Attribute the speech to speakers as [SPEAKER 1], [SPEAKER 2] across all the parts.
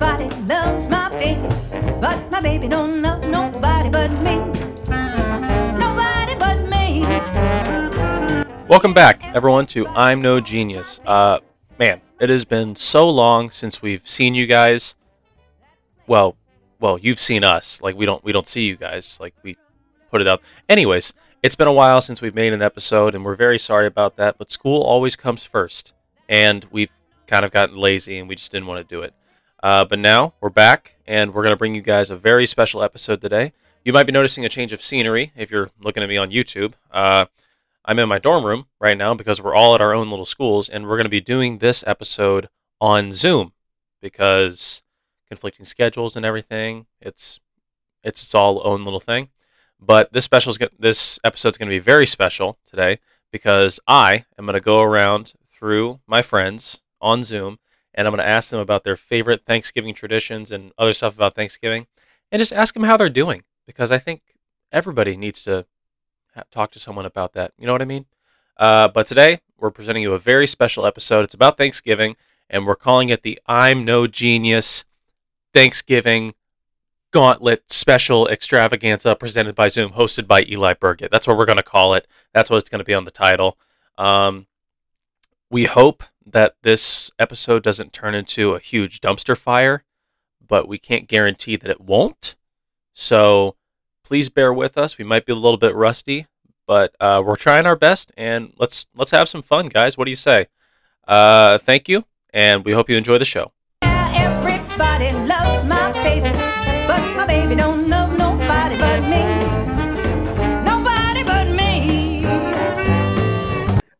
[SPEAKER 1] loves my baby, but my baby don't love nobody but me. Nobody but me.
[SPEAKER 2] Welcome back, everyone, to I'm No Genius. Uh, man, it has been so long since we've seen you guys. Well, well, you've seen us. Like we don't, we don't see you guys. Like we put it up. Anyways, it's been a while since we've made an episode, and we're very sorry about that. But school always comes first, and we've kind of gotten lazy, and we just didn't want to do it. Uh, but now we're back, and we're gonna bring you guys a very special episode today. You might be noticing a change of scenery if you're looking at me on YouTube. Uh, I'm in my dorm room right now because we're all at our own little schools, and we're going to be doing this episode on Zoom because conflicting schedules and everything. It's it's its all own little thing. But this special's go- this episode's going to be very special today because I am going to go around through my friends on Zoom, and I'm going to ask them about their favorite Thanksgiving traditions and other stuff about Thanksgiving, and just ask them how they're doing because I think everybody needs to ha- talk to someone about that. You know what I mean? Uh, but today, we're presenting you a very special episode. It's about Thanksgiving, and we're calling it the I'm No Genius Thanksgiving Gauntlet Special Extravaganza presented by Zoom, hosted by Eli Burgett. That's what we're going to call it. That's what it's going to be on the title. Um, we hope that this episode doesn't turn into a huge dumpster fire, but we can't guarantee that it won't. So please bear with us. We might be a little bit rusty, but uh, we're trying our best, and let's let's have some fun, guys. What do you say? Uh, thank you, and we hope you enjoy the show.
[SPEAKER 1] Yeah, everybody loves my baby, but my baby don't love nobody but me. Nobody but me.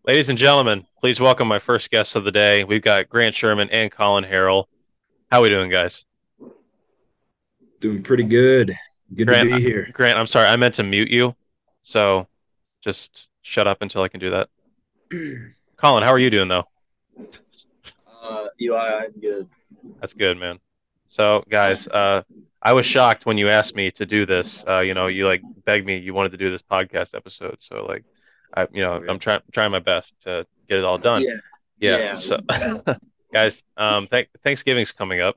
[SPEAKER 2] Ladies and gentlemen, please welcome my first guests of the day. We've got Grant Sherman and Colin Harrell. How we doing, guys?
[SPEAKER 3] Doing pretty good. Good
[SPEAKER 2] Grant,
[SPEAKER 3] to
[SPEAKER 2] I-
[SPEAKER 3] be here.
[SPEAKER 2] Grant, I'm sorry, I meant to mute you, so just shut up until I can do that. Colin, how are you doing though?
[SPEAKER 4] Uh, Eli, I'm good.
[SPEAKER 2] That's good, man. So, guys, uh, I was shocked when you asked me to do this. Uh, you know, you like begged me you wanted to do this podcast episode. So, like, I, you know, I'm trying trying my best to get it all done.
[SPEAKER 4] Yeah.
[SPEAKER 2] Yeah.
[SPEAKER 4] Yeah.
[SPEAKER 2] So, guys, um, thank Thanksgiving's coming up.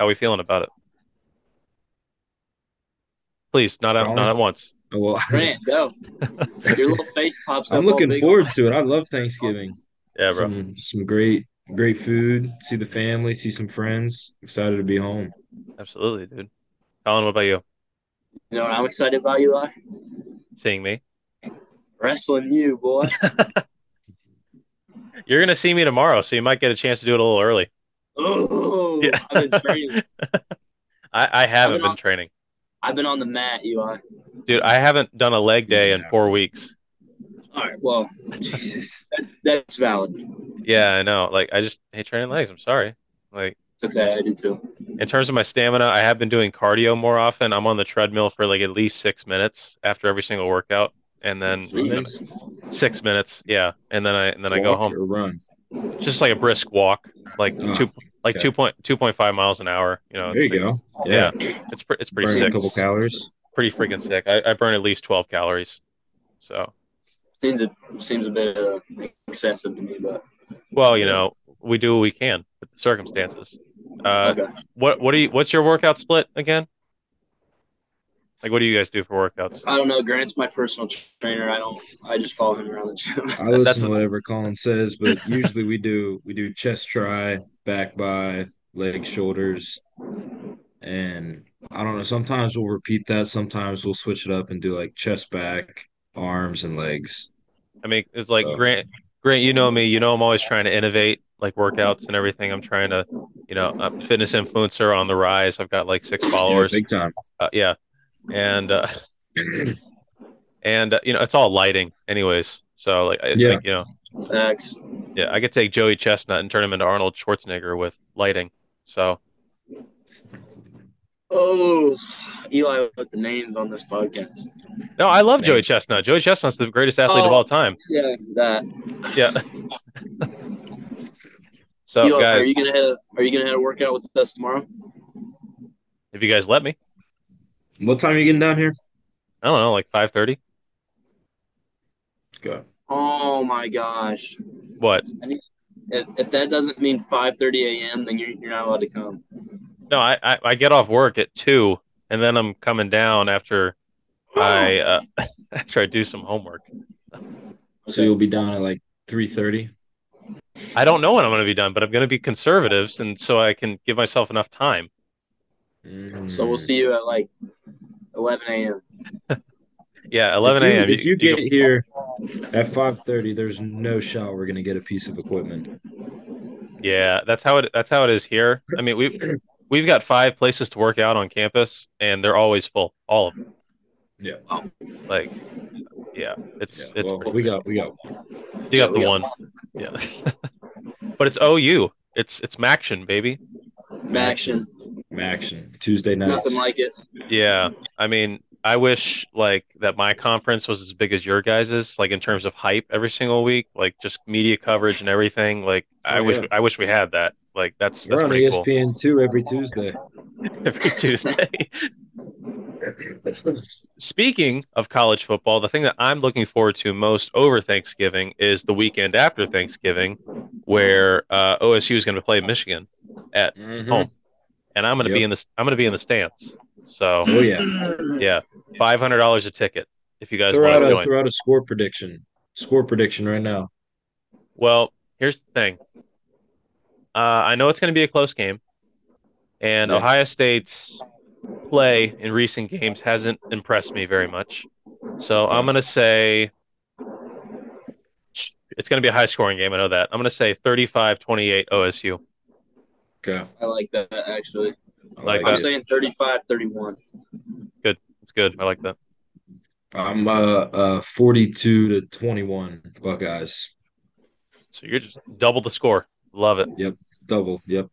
[SPEAKER 2] How we feeling about it? Please, not at, not at once.
[SPEAKER 3] Oh, Well,
[SPEAKER 4] Grant, go. Your little face pops up.
[SPEAKER 3] I'm
[SPEAKER 4] all
[SPEAKER 3] looking
[SPEAKER 4] big.
[SPEAKER 3] forward to it. I love Thanksgiving.
[SPEAKER 2] Yeah, bro.
[SPEAKER 3] some, some great, great food. See the family, see some friends. Excited to be home.
[SPEAKER 2] Absolutely, dude. Colin, what about you?
[SPEAKER 4] You know what I'm excited about, Eli?
[SPEAKER 2] Seeing me?
[SPEAKER 4] Wrestling you, boy.
[SPEAKER 2] You're gonna see me tomorrow, so you might get a chance to do it a little early.
[SPEAKER 4] Oh,
[SPEAKER 2] Yeah.
[SPEAKER 4] I've been training.
[SPEAKER 2] I, I haven't been
[SPEAKER 4] on-
[SPEAKER 2] training.
[SPEAKER 4] I've been on the mat, Eli.
[SPEAKER 2] Dude, I haven't done a leg day in four weeks.
[SPEAKER 4] All right, well,
[SPEAKER 3] Jesus.
[SPEAKER 4] that's valid.
[SPEAKER 2] Yeah, I know. Like, I just hate training legs. I'm sorry. Like,
[SPEAKER 4] It's okay, I do too.
[SPEAKER 2] in terms of my stamina, I have been doing cardio more often. I'm on the treadmill for like at least six minutes after every single workout, and then
[SPEAKER 4] Please.
[SPEAKER 2] six minutes. Yeah, and then I and then I go
[SPEAKER 3] Walk
[SPEAKER 2] home.
[SPEAKER 3] Or run.
[SPEAKER 2] Just like a brisk walk, like
[SPEAKER 3] Ah,
[SPEAKER 2] two like
[SPEAKER 3] okay.
[SPEAKER 2] two point two point five miles an hour. You know,
[SPEAKER 3] there you
[SPEAKER 2] it's
[SPEAKER 3] go.
[SPEAKER 2] like-
[SPEAKER 3] Yeah.
[SPEAKER 2] yeah, it's pre- it's pretty
[SPEAKER 3] Burn a
[SPEAKER 2] sick.
[SPEAKER 3] couple calories.
[SPEAKER 2] Pretty freaking sick. I, I burn at least twelve calories. So
[SPEAKER 4] Seems a, seems a bit uh, excessive to me, but
[SPEAKER 2] Well, you know, we do what we can with the circumstances. Uh,
[SPEAKER 4] okay.
[SPEAKER 2] what what do you? What's your workout split again? Like, what do you guys do for workouts?
[SPEAKER 4] I don't know. Grant's my personal trainer. I don't. I just follow him around the gym.
[SPEAKER 3] I listen
[SPEAKER 2] a-
[SPEAKER 3] to whatever Colin says, but usually we do we do chest try, back by, leg, shoulders, and I don't know. Sometimes we'll repeat that. Sometimes we'll switch it up and do like chest, back, arms, and legs.
[SPEAKER 2] I mean, it's like
[SPEAKER 3] Uh,
[SPEAKER 2] Grant. Grant, you know me. You know I'm always trying to innovate, like workouts and everything. I'm trying to, you know, I'm a fitness influencer on the rise. I've got like six followers.
[SPEAKER 3] Yeah, big time.
[SPEAKER 2] uh, yeah and uh, and uh, you know it's all lighting anyways so like I
[SPEAKER 3] Yeah.
[SPEAKER 2] think you know
[SPEAKER 4] Thanks.
[SPEAKER 2] yeah i could take joey chestnut and turn him into arnold schwarzenegger with lighting so
[SPEAKER 4] Oh, Eli with the names on this podcast.
[SPEAKER 2] no i love joey
[SPEAKER 3] Thanks.
[SPEAKER 2] chestnut joey chestnut's the greatest athlete of
[SPEAKER 4] Oh.
[SPEAKER 2] all time
[SPEAKER 4] Yeah, that.
[SPEAKER 2] yeah so
[SPEAKER 4] Eli, are
[SPEAKER 2] guys
[SPEAKER 4] you gonna have are you gonna have a workout with us tomorrow?
[SPEAKER 2] if you guys let me
[SPEAKER 3] What time are you getting down here?
[SPEAKER 2] i don't know like 5.30
[SPEAKER 3] Go.
[SPEAKER 4] Oh my gosh!
[SPEAKER 2] what
[SPEAKER 4] I need, if, if that doesn't mean 5:30 a.m., then you're, you're not allowed to come.
[SPEAKER 2] no, I, I I get off work at two, and then I'm coming down after I uh, after I do some homework.
[SPEAKER 3] So you'll be down at like three thirty.
[SPEAKER 2] I don't know when I'm going to be done, but I'm going to be conservative, and so I can give myself enough time.
[SPEAKER 4] So we'll see you at like 11 a.m.
[SPEAKER 2] Yeah, 11 a.m.
[SPEAKER 3] If you get
[SPEAKER 2] can-
[SPEAKER 3] here at five thirty, there's no shot we're gonna get a piece of equipment.
[SPEAKER 2] yeah, that's how it that's how it is here. I mean, we we've got five places to work out on campus, and they're always full, all of them.
[SPEAKER 3] Yeah.
[SPEAKER 2] Like, yeah, it's
[SPEAKER 3] Yeah,
[SPEAKER 2] it's
[SPEAKER 3] well,
[SPEAKER 2] pretty-
[SPEAKER 3] we got we got one.
[SPEAKER 2] you got
[SPEAKER 4] we
[SPEAKER 2] the
[SPEAKER 4] got
[SPEAKER 2] one, yeah. but it's OU, it's it's Maction, baby.
[SPEAKER 4] Maction.
[SPEAKER 3] Maction Tuesday nights.
[SPEAKER 4] Nothing like it.
[SPEAKER 2] Yeah, I mean, I wish like that my conference was as big as your guys's, like in terms of hype every single week, like just media coverage and everything. Like, I
[SPEAKER 3] Oh,
[SPEAKER 2] wish
[SPEAKER 3] yeah.
[SPEAKER 2] I wish we had that. Like, that's that's
[SPEAKER 3] We're on E
[SPEAKER 2] pretty cool
[SPEAKER 3] ESPN two every Tuesday.
[SPEAKER 2] every Tuesday. Speaking of college football, the thing that I'm looking forward to most over Thanksgiving is the weekend after Thanksgiving, where uh, OSU is going to play Michigan,
[SPEAKER 3] Mhm.
[SPEAKER 2] Home. and I'm going to be
[SPEAKER 3] Yep.
[SPEAKER 2] in the I'm going to be in the stands. So
[SPEAKER 3] Oh yeah.
[SPEAKER 2] yeah, five hundred dollars a ticket if you guys
[SPEAKER 3] Throw out
[SPEAKER 2] want to
[SPEAKER 3] a
[SPEAKER 2] join.
[SPEAKER 3] throw out a score prediction. Score prediction right now.
[SPEAKER 2] Well, here's the thing. Uh, I know it's going to be a close game, and
[SPEAKER 3] Yeah.
[SPEAKER 2] Ohio State's play in recent games hasn't impressed me very much. So I'm going to say it's going to be a high scoring game. I know that. I'm going to say 35 28 OSU.
[SPEAKER 3] Okay.
[SPEAKER 4] I like that actually.
[SPEAKER 3] I
[SPEAKER 2] Like
[SPEAKER 4] I'm
[SPEAKER 2] that.
[SPEAKER 4] saying 35 31.
[SPEAKER 2] It's good. I like that.
[SPEAKER 3] I'm uh, uh 42 to 21 Buckeyes.
[SPEAKER 2] So you're just double the score. Love it.
[SPEAKER 3] Double. Yep.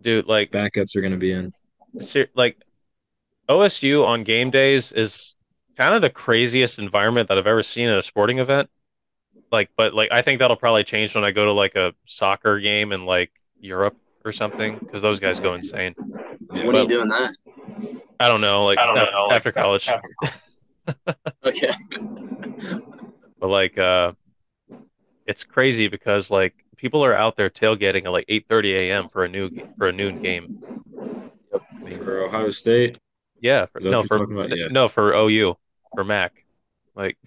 [SPEAKER 2] Dude, like,
[SPEAKER 3] Backups are going to be in.
[SPEAKER 2] ser- like OSU on game days is kind of the craziest environment that I've ever seen at a sporting event. Like, but like I think that'll probably change when I go to like a soccer game in like Europe or something because those guys go insane.
[SPEAKER 3] Yeah.
[SPEAKER 4] When are you doing that?
[SPEAKER 2] I don't know, like
[SPEAKER 5] I don't
[SPEAKER 2] af-
[SPEAKER 5] know, like,
[SPEAKER 2] after college,
[SPEAKER 4] Okay.
[SPEAKER 2] but like uh, it's crazy because like people are out there tailgating at like eight thirty a.m. for a new for a noon game.
[SPEAKER 3] For Ohio State.
[SPEAKER 2] Yeah, for,
[SPEAKER 3] Is that
[SPEAKER 2] no
[SPEAKER 3] what
[SPEAKER 2] for
[SPEAKER 3] you're talking about? Yeah.
[SPEAKER 2] no for OU for Mac. Like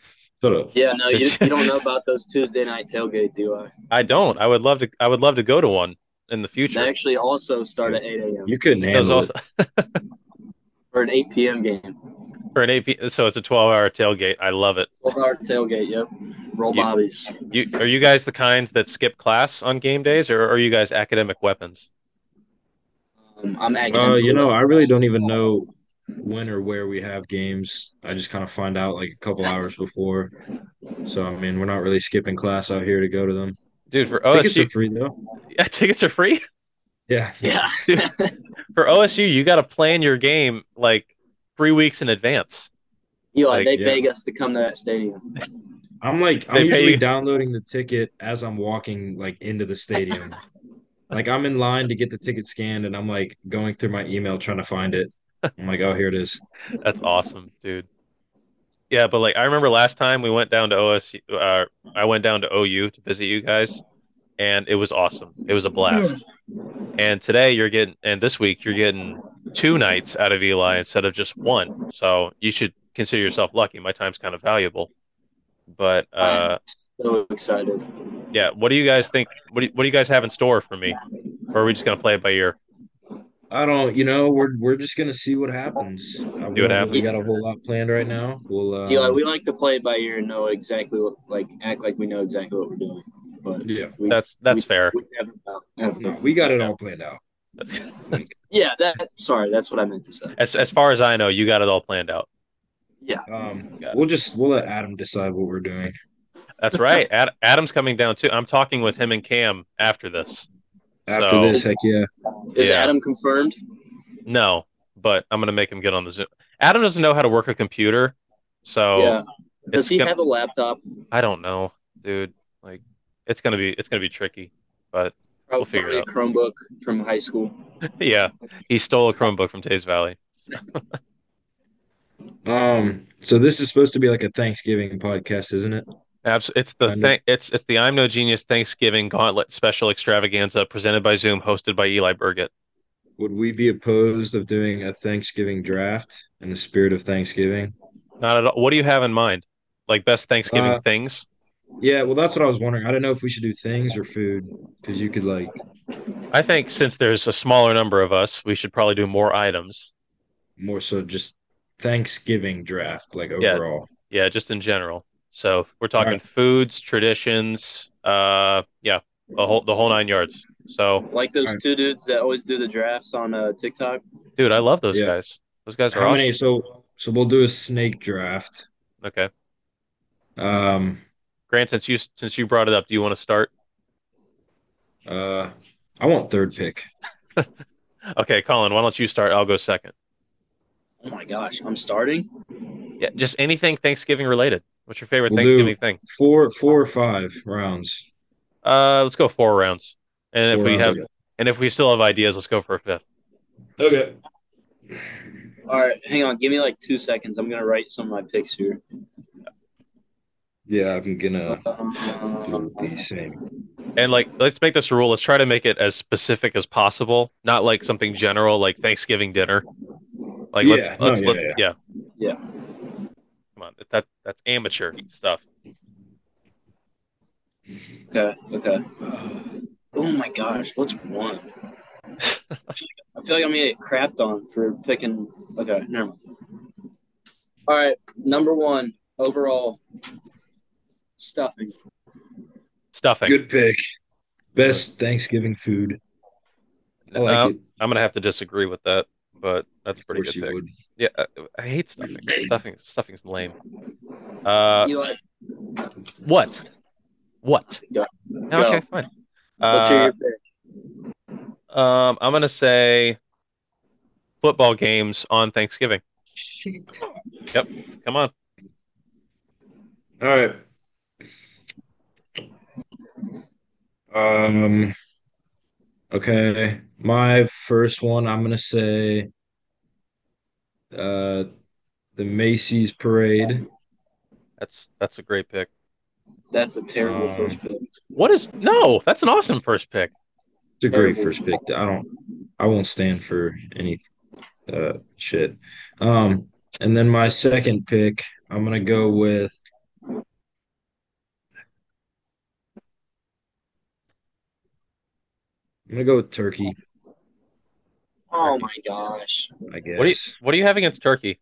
[SPEAKER 3] Shut up.
[SPEAKER 4] Yeah, no, you, you don't know about those Tuesday night tailgates, do I?
[SPEAKER 2] I don't. I would love to. I would love to go to one in the future.
[SPEAKER 4] They actually also start at 8 a.m.
[SPEAKER 3] You couldn't
[SPEAKER 2] That was
[SPEAKER 3] handle
[SPEAKER 2] also
[SPEAKER 4] for an 8 p.m. game.
[SPEAKER 2] for an AP. So it's a twelve-hour tailgate. I love it.
[SPEAKER 4] 12 hour tailgate, yep. Roll
[SPEAKER 2] Yeah.
[SPEAKER 4] bobbies.
[SPEAKER 2] You are you guys the kinds that skip class on game days, or are you guys academic weapons?
[SPEAKER 4] Um, I'm
[SPEAKER 3] it.
[SPEAKER 4] acting.
[SPEAKER 3] Uh, you know, I really don't even know when or where we have games. I just kind of find out like a couple hours before. So I mean, we're not really skipping class out here to go to them.
[SPEAKER 2] Dude, for
[SPEAKER 3] Tickets are
[SPEAKER 2] OSU,
[SPEAKER 3] free though.
[SPEAKER 2] yeah, tickets are free.
[SPEAKER 3] Yeah.
[SPEAKER 4] Yeah.
[SPEAKER 2] For OSU, you got to plan your game like three weeks in advance.
[SPEAKER 4] Eli,
[SPEAKER 2] Like,
[SPEAKER 4] they
[SPEAKER 3] yeah.
[SPEAKER 4] beg us to come to that stadium.
[SPEAKER 3] I'm like
[SPEAKER 2] They
[SPEAKER 3] I'm
[SPEAKER 2] pay
[SPEAKER 3] usually
[SPEAKER 2] you-
[SPEAKER 3] downloading the ticket as I'm walking like into the stadium. like I'm in line to get the ticket scanned and I'm like going through my email trying to find it. I'm like, oh here it is.
[SPEAKER 2] That's awesome, dude. Yeah, but like I remember last time we went down to OSU. Uh, I went down to OU to visit you guys, and it was awesome. It was a blast. And today you're getting, and this week you're getting two nights out of Eli instead of just one. So you should consider yourself lucky. My time's kind of valuable. But uh,
[SPEAKER 4] So excited.
[SPEAKER 2] yeah, what do you guys think? What do, what do you guys have in store for me? Or are we just gonna play it by ear?
[SPEAKER 3] I don't you know, we're we're just gonna see what happens. I don't
[SPEAKER 2] what
[SPEAKER 3] know. We
[SPEAKER 4] happens.
[SPEAKER 3] got a whole lot planned right now. We'll uh
[SPEAKER 2] Um,
[SPEAKER 4] Eli, we like to play it by ear and know exactly what, like, act like we know exactly what we're doing. But
[SPEAKER 3] yeah.
[SPEAKER 4] we,
[SPEAKER 2] That's that's fair.
[SPEAKER 4] we have about- have
[SPEAKER 3] No,
[SPEAKER 4] about-
[SPEAKER 3] we got it all planned out.
[SPEAKER 4] yeah, that. Sorry, that's what I meant to say.
[SPEAKER 2] As as far as I know, you got it all planned out.
[SPEAKER 3] Um
[SPEAKER 2] Got it.
[SPEAKER 3] we'll just we'll let Adam decide what we're doing.
[SPEAKER 2] That's right. Ad- Adam's coming down too. I'm talking with him and Cam after this.
[SPEAKER 3] After
[SPEAKER 2] So-
[SPEAKER 3] this, heck yeah.
[SPEAKER 4] Is
[SPEAKER 2] Yeah.
[SPEAKER 4] Adam confirmed?
[SPEAKER 2] No, but I'm gonna make him get on the Zoom. Adam doesn't know how to work a computer, so
[SPEAKER 4] yeah. Does
[SPEAKER 2] Oh, it's
[SPEAKER 4] he
[SPEAKER 2] gonna-
[SPEAKER 4] have a laptop?
[SPEAKER 2] I don't know, dude. Like, it's gonna be it's gonna be tricky. But
[SPEAKER 4] Probably
[SPEAKER 2] figure
[SPEAKER 4] a
[SPEAKER 2] it out.
[SPEAKER 4] Chromebook from high school.
[SPEAKER 2] yeah, he stole a Chromebook from Taze Valley.
[SPEAKER 3] Um so this is supposed to be like a Thanksgiving podcast, isn't it?
[SPEAKER 2] Abs- it's the
[SPEAKER 3] Kind of.
[SPEAKER 2] thing. It's it's the I'm No Genius Thanksgiving Gauntlet Special Extravaganza presented by Zoom, hosted by Eli Burgett.
[SPEAKER 3] Would we be opposed of doing a Thanksgiving draft in the spirit of Thanksgiving?
[SPEAKER 2] Not at all. What do you have in mind? Like best Thanksgiving
[SPEAKER 3] Uh,
[SPEAKER 2] things?
[SPEAKER 3] Yeah, well, that's what I was wondering. I don't know if we should do things or food because you could like,
[SPEAKER 2] I think since there's a smaller number of us, we should probably do more items.
[SPEAKER 3] more so just Thanksgiving draft, like
[SPEAKER 2] Yeah.
[SPEAKER 3] overall.
[SPEAKER 2] Yeah, just in general. So we're talking
[SPEAKER 3] Alright.
[SPEAKER 2] foods, traditions, uh yeah, the whole the whole nine yards. So
[SPEAKER 4] Like those
[SPEAKER 3] Alright.
[SPEAKER 4] two dudes that always do the drafts on uh, TikTok.
[SPEAKER 2] dude, I love those
[SPEAKER 3] Yeah.
[SPEAKER 2] guys. Those guys are
[SPEAKER 3] How
[SPEAKER 2] awesome.
[SPEAKER 3] many? So, so we'll do a snake draft.
[SPEAKER 2] Okay.
[SPEAKER 3] Um,
[SPEAKER 2] Grant, since you since you brought it up, do you want to start?
[SPEAKER 3] uh, I want third pick.
[SPEAKER 2] Okay, Colin, why don't you start? I'll go second.
[SPEAKER 4] Oh my gosh, I'm starting.
[SPEAKER 2] Yeah, just anything Thanksgiving related. What's your favorite
[SPEAKER 3] We'll do-
[SPEAKER 2] Thanksgiving thing?
[SPEAKER 3] Four, four or five rounds.
[SPEAKER 2] Uh, let's go four rounds. And if
[SPEAKER 3] Four
[SPEAKER 2] we
[SPEAKER 3] rounds,
[SPEAKER 2] have and if we still have ideas, let's go for a fifth.
[SPEAKER 3] okay. okay.
[SPEAKER 4] All right, hang on. Give me like two seconds. I'm gonna write some of my picks here.
[SPEAKER 3] Yeah, I'm gonna do
[SPEAKER 4] Um,
[SPEAKER 3] the same.
[SPEAKER 2] And like, let's make this a rule. Let's try to make it as specific as possible, not like something general, like Thanksgiving dinner. Like, let's
[SPEAKER 3] Yeah, no,
[SPEAKER 2] let's
[SPEAKER 3] yeah,
[SPEAKER 2] let's yeah.
[SPEAKER 4] Yeah.
[SPEAKER 2] Come on, that that's amateur stuff.
[SPEAKER 4] okay. Okay. Oh my gosh, what's one? I feel like I'm gonna get crapped on for picking. Okay, never mind. All right, number one overall stuffing.
[SPEAKER 2] Stuffing.
[SPEAKER 3] Good pick. Best Thanksgiving food. I like
[SPEAKER 2] Uh,
[SPEAKER 3] it.
[SPEAKER 2] I'm gonna have to disagree with that, but that's a
[SPEAKER 3] Of
[SPEAKER 2] pretty good
[SPEAKER 3] course you
[SPEAKER 2] pick.
[SPEAKER 3] would.
[SPEAKER 2] Yeah, I, I hate stuffing. stuffing stuffing's lame. Uh,
[SPEAKER 4] Eli,
[SPEAKER 2] what? What?
[SPEAKER 4] Go.
[SPEAKER 2] No,
[SPEAKER 4] Go.
[SPEAKER 2] okay, fine.
[SPEAKER 4] let's hear
[SPEAKER 2] Uh,
[SPEAKER 4] your pick.
[SPEAKER 2] Um, I'm gonna say football games on Thanksgiving. Yep. Come on.
[SPEAKER 3] All right. Um. Okay, my first one. I'm gonna say. Uh, the Macy's parade.
[SPEAKER 2] That's that's a great pick.
[SPEAKER 4] That's a terrible
[SPEAKER 3] um,
[SPEAKER 4] first pick.
[SPEAKER 2] What is no? That's an awesome first pick.
[SPEAKER 3] It's a great first pick. I don't. I won't stand for any. Uh, shit. Um, and then my second pick. I'm gonna go with. I'm gonna go with turkey.
[SPEAKER 4] Oh my gosh,
[SPEAKER 3] I guess.
[SPEAKER 2] What do you what do you have against turkey?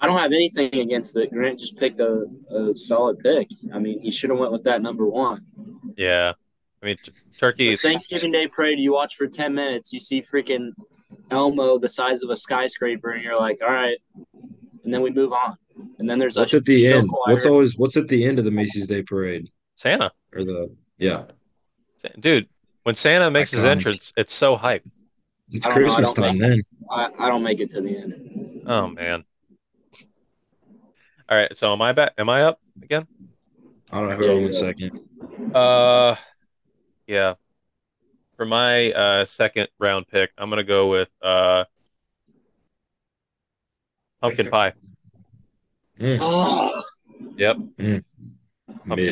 [SPEAKER 4] I don't have anything against it. Grant just picked a, a solid pick. I mean, he should have went with that number one.
[SPEAKER 2] Yeah. I mean t-
[SPEAKER 4] The
[SPEAKER 2] turkey is-
[SPEAKER 4] Thanksgiving Day parade, you watch for 10 minutes, you see freaking Elmo the size of a skyscraper, and you're like, all right. And then we move on. And then there's
[SPEAKER 3] What's
[SPEAKER 4] a
[SPEAKER 3] at the
[SPEAKER 4] show
[SPEAKER 3] end? What's
[SPEAKER 4] choir.
[SPEAKER 3] always what's at the end of the Macy's Day Parade
[SPEAKER 2] Santa.
[SPEAKER 3] or the yeah?
[SPEAKER 2] Sa- Dude, when Santa makes his
[SPEAKER 3] Iconic.
[SPEAKER 2] entrance, it's so hyped.
[SPEAKER 3] It's
[SPEAKER 4] I don't know, I
[SPEAKER 3] Christmas
[SPEAKER 4] don't
[SPEAKER 3] time
[SPEAKER 4] know.
[SPEAKER 3] then.
[SPEAKER 4] I, I don't make it to the end.
[SPEAKER 2] Oh man. All right, so am I back am I up again?
[SPEAKER 3] I don't know
[SPEAKER 4] Yeah,
[SPEAKER 3] who
[SPEAKER 4] yeah.
[SPEAKER 3] one second.
[SPEAKER 2] Uh yeah. For my uh second round pick, I'm gonna go with uh pumpkin pie.
[SPEAKER 3] Mm,
[SPEAKER 4] Oh,
[SPEAKER 2] Pumpkin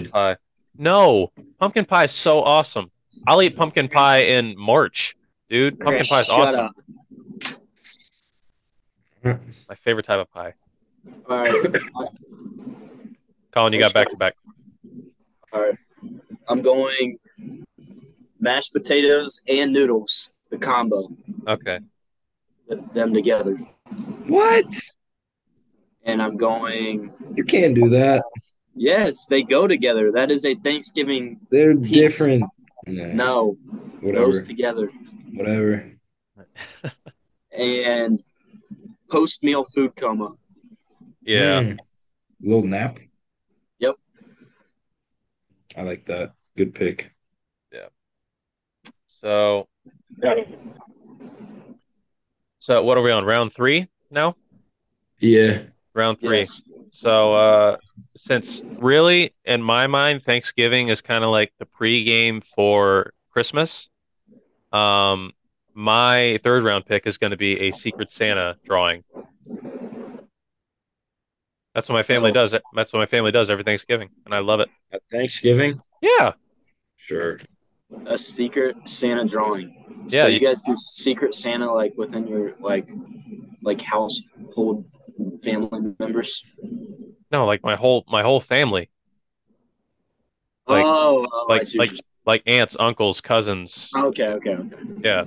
[SPEAKER 3] mid.
[SPEAKER 2] pie. No, pumpkin pie is so awesome. I'll eat pumpkin pie in March, dude. Pumpkin pie is
[SPEAKER 4] shut
[SPEAKER 2] awesome.
[SPEAKER 4] up.
[SPEAKER 2] My favorite type of pie.
[SPEAKER 4] All right.
[SPEAKER 2] Colin, you got back to back.
[SPEAKER 4] All right. I'm going mashed potatoes and noodles, the combo,
[SPEAKER 2] Okay.
[SPEAKER 4] th- them together.
[SPEAKER 3] What?
[SPEAKER 4] And I'm going,
[SPEAKER 3] You can't do that.
[SPEAKER 4] yes, they go together. That is a Thanksgiving.
[SPEAKER 3] They're
[SPEAKER 4] Peace.
[SPEAKER 3] different. Nah,
[SPEAKER 4] No,
[SPEAKER 3] whatever.
[SPEAKER 4] those together.
[SPEAKER 3] Whatever.
[SPEAKER 4] and post meal food coma.
[SPEAKER 2] Yeah.
[SPEAKER 3] Mm. Little nap.
[SPEAKER 4] Yep.
[SPEAKER 3] I like that. Good pick.
[SPEAKER 2] So So what are we on? Round three now?
[SPEAKER 3] Yeah.
[SPEAKER 2] Round three.
[SPEAKER 4] Yes.
[SPEAKER 2] So uh since really in my mind Thanksgiving is kind of like the pregame for Christmas. Um my third round pick is going to be a Secret Santa drawing. That's what my family
[SPEAKER 4] Oh.
[SPEAKER 2] does. That's what my family does every Thanksgiving, and I love it.
[SPEAKER 3] At Thanksgiving.
[SPEAKER 2] Yeah,
[SPEAKER 3] Sure.
[SPEAKER 4] a secret Santa drawing.
[SPEAKER 2] Yeah,
[SPEAKER 4] so you,
[SPEAKER 2] you-
[SPEAKER 4] guys do secret Santa like within your like like household family members.
[SPEAKER 2] No, like my whole my whole family, Like-
[SPEAKER 4] oh, oh, I
[SPEAKER 2] like
[SPEAKER 4] see what
[SPEAKER 2] like like aunts, uncles, cousins.
[SPEAKER 4] you're- okay, okay, okay.
[SPEAKER 2] Yeah,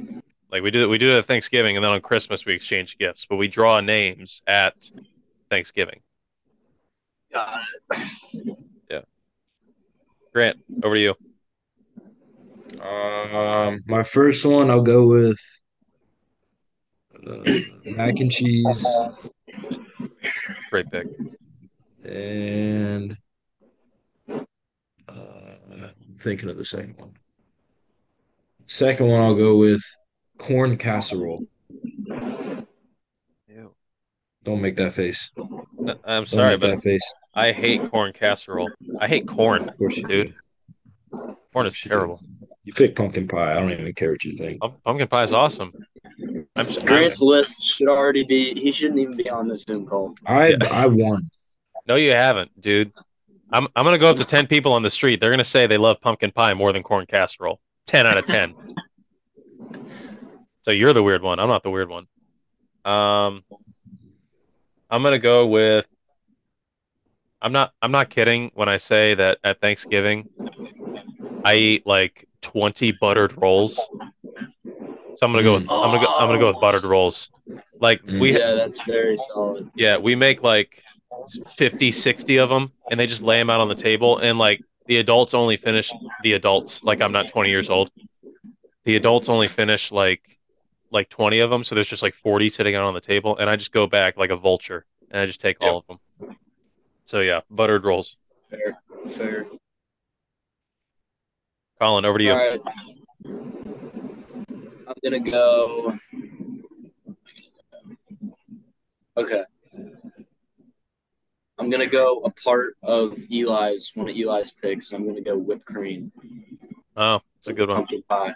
[SPEAKER 2] like we do we do it at Thanksgiving, and then on Christmas we exchange gifts, but we draw names at Thanksgiving.
[SPEAKER 4] Got
[SPEAKER 2] Grant, over to you.
[SPEAKER 3] Um, my first one, I'll go with uh, mac and cheese
[SPEAKER 2] Great pick.
[SPEAKER 3] and uh, I'm thinking of the second one. Second one, I'll go with corn casserole. Don't make that face. Don't
[SPEAKER 2] N- I'm sorry,
[SPEAKER 3] make
[SPEAKER 2] but
[SPEAKER 3] that face.
[SPEAKER 2] I hate corn casserole. I hate corn.
[SPEAKER 3] Of course you
[SPEAKER 2] Dude,
[SPEAKER 3] do.
[SPEAKER 2] Corn is terrible.
[SPEAKER 3] You pick pumpkin pie. I don't even care what you think.
[SPEAKER 2] Pum- Pumpkin pie is awesome. I'm, s-
[SPEAKER 4] it. Grant's list should already be. He shouldn't even be on this Zoom call.
[SPEAKER 3] I I won.
[SPEAKER 2] No, you haven't, dude. I'm I'm gonna go up to ten people on the street. They're gonna say they love pumpkin pie more than corn casserole. Ten out of ten. so you're the weird one. I'm not the weird one. Um, I'm gonna go with. I'm not. I'm not kidding when I say that at Thanksgiving, I eat like 20 buttered rolls. So I'm gonna go. With, I'm gonna go. I'm gonna go with buttered rolls. Like we
[SPEAKER 4] yeah, that's very solid.
[SPEAKER 2] yeah, we make like 50, 60 of them and they just lay them out on the table. And like the adults only finish the adults. Like I'm not 20 years old. The adults only finish like like 20 of them. So there's just like 40 sitting out on the table. And I just go back like a vulture and I just take all of them. So yeah, buttered rolls.
[SPEAKER 4] Fair, fair.
[SPEAKER 2] Colin, over to you.
[SPEAKER 4] All right. I'm gonna go. Okay. I'm gonna go a part of Eli's one of Eli's picks, and I'm gonna go whipped cream.
[SPEAKER 2] Oh, it's a
[SPEAKER 4] with
[SPEAKER 2] good one.
[SPEAKER 4] Pumpkin pie.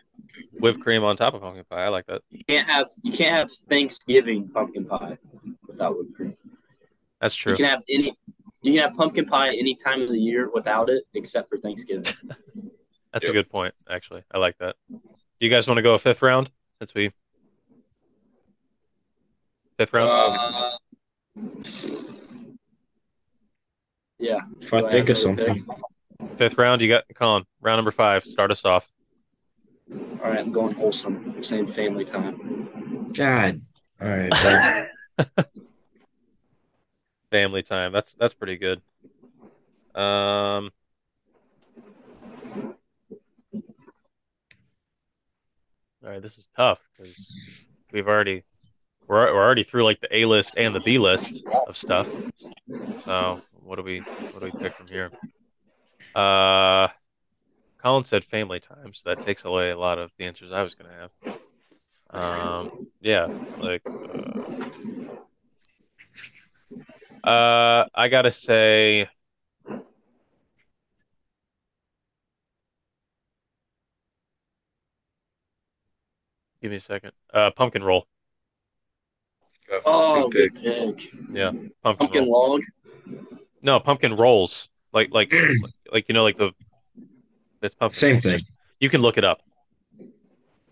[SPEAKER 2] Whipped cream on top of pumpkin pie. I like that.
[SPEAKER 4] You can't have you can't have Thanksgiving pumpkin pie without whipped cream.
[SPEAKER 2] That's true.
[SPEAKER 4] You can have any. You can have pumpkin pie any time of the year without it, except for Thanksgiving.
[SPEAKER 2] That's a good point, actually. I like that. Do you guys want to go a fifth round? Since we fifth round.
[SPEAKER 4] Uh, yeah.
[SPEAKER 3] If I
[SPEAKER 4] do
[SPEAKER 3] think
[SPEAKER 4] have
[SPEAKER 3] of
[SPEAKER 4] another
[SPEAKER 3] something,
[SPEAKER 4] pick?
[SPEAKER 2] Fifth round, you got Colin. Round number five. Start us off.
[SPEAKER 4] All right, I'm going wholesome. I'm saying family time.
[SPEAKER 3] God. All right. well,
[SPEAKER 2] Family time. That's that's pretty good. Um. All right, this is tough because we've already we're we're already through like the A list and the B list of stuff. So what do we what do we pick from here? Uh, Colin said family time, so that takes away a lot of the answers I was gonna have. Um, yeah, like. Uh, Uh, I gotta say, give me a second. Uh, pumpkin roll.
[SPEAKER 4] Oh,
[SPEAKER 3] Good
[SPEAKER 4] good pick.
[SPEAKER 2] Yeah, pumpkin,
[SPEAKER 4] Pumpkin
[SPEAKER 2] roll.
[SPEAKER 4] log.
[SPEAKER 2] No, pumpkin rolls. Like, like, like you know, like the it's pumpkin.
[SPEAKER 3] Same
[SPEAKER 2] rolls.
[SPEAKER 3] thing.
[SPEAKER 2] Just- you can look it up.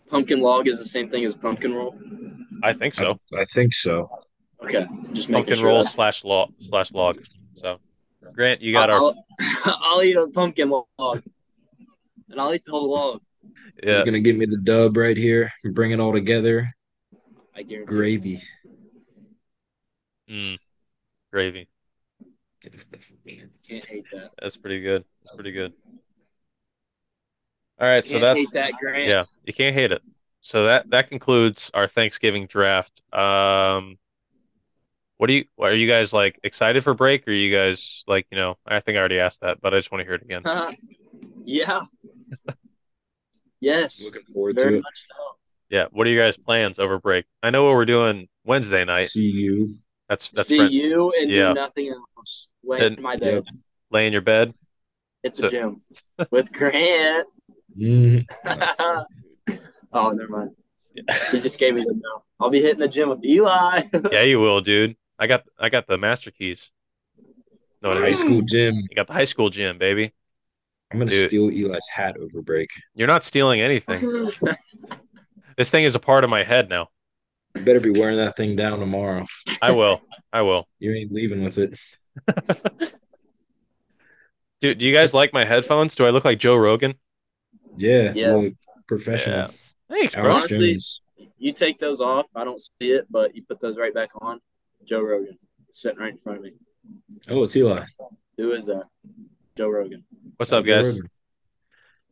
[SPEAKER 4] Pumpkin log is the same thing as pumpkin roll.
[SPEAKER 2] I think so.
[SPEAKER 3] I, I think so.
[SPEAKER 4] Okay, just making
[SPEAKER 2] pumpkin
[SPEAKER 4] sure.
[SPEAKER 2] roll
[SPEAKER 4] that's-
[SPEAKER 2] slash log slash log. So, Grant, you got our
[SPEAKER 4] Uh, I'll, I'll eat a pumpkin log, and I'll eat the whole log.
[SPEAKER 3] He's
[SPEAKER 2] yeah.
[SPEAKER 3] gonna give me the dub right here. Bring it all together.
[SPEAKER 4] I guarantee. it.
[SPEAKER 3] Gravy.
[SPEAKER 2] Mm, gravy.
[SPEAKER 4] Can't hate that.
[SPEAKER 2] That's pretty good. That's pretty good. All right, so
[SPEAKER 4] Can't
[SPEAKER 2] that's
[SPEAKER 4] hate that, Grant.
[SPEAKER 2] Yeah, you can't hate it. So that that concludes our Thanksgiving draft. Um, what do you? Are you guys like excited for break? Or are you guys like you know? I think I already asked that, but I just want to hear it again.
[SPEAKER 4] Huh? yeah. yes.
[SPEAKER 3] Looking forward
[SPEAKER 4] Very
[SPEAKER 3] to it.
[SPEAKER 4] much so.
[SPEAKER 2] Yeah. What are you guys' plans over break? I know what we're doing Wednesday night.
[SPEAKER 3] See you.
[SPEAKER 2] That's that's
[SPEAKER 4] See
[SPEAKER 2] friend-
[SPEAKER 4] you and
[SPEAKER 2] Yeah.
[SPEAKER 4] do nothing else. Lay
[SPEAKER 2] And-
[SPEAKER 4] in my bed.
[SPEAKER 2] lay in your bed.
[SPEAKER 4] Hit the
[SPEAKER 2] So-
[SPEAKER 4] gym with Grant.
[SPEAKER 3] Mhm.
[SPEAKER 4] oh, never mind. He just gave me the no. I'll be hitting the gym with Eli.
[SPEAKER 2] Yeah, you will, dude. I got I got the master keys. No,
[SPEAKER 3] High school gym.
[SPEAKER 2] You got the high school gym, baby.
[SPEAKER 3] I'm gonna
[SPEAKER 2] Dude.
[SPEAKER 3] steal Eli's hat over break.
[SPEAKER 2] You're not stealing anything. This thing is a part of my head now.
[SPEAKER 3] You better be wearing that thing down tomorrow.
[SPEAKER 2] I will. I will.
[SPEAKER 3] You ain't leaving with it.
[SPEAKER 2] Dude, do you guys like my headphones? Do I look like Joe Rogan?
[SPEAKER 3] Yeah,
[SPEAKER 4] Yeah.
[SPEAKER 3] look professional.
[SPEAKER 2] Thanks, bro.
[SPEAKER 3] Alex
[SPEAKER 4] Honestly-
[SPEAKER 3] Jones.
[SPEAKER 4] you take those off. I don't see it, but you put those right back on. Joe Rogan sitting right in front of me.
[SPEAKER 3] Oh, it's Eli.
[SPEAKER 4] Who is that? Joe Rogan.
[SPEAKER 2] What's up,
[SPEAKER 3] Joe
[SPEAKER 2] guys?
[SPEAKER 3] Rogan.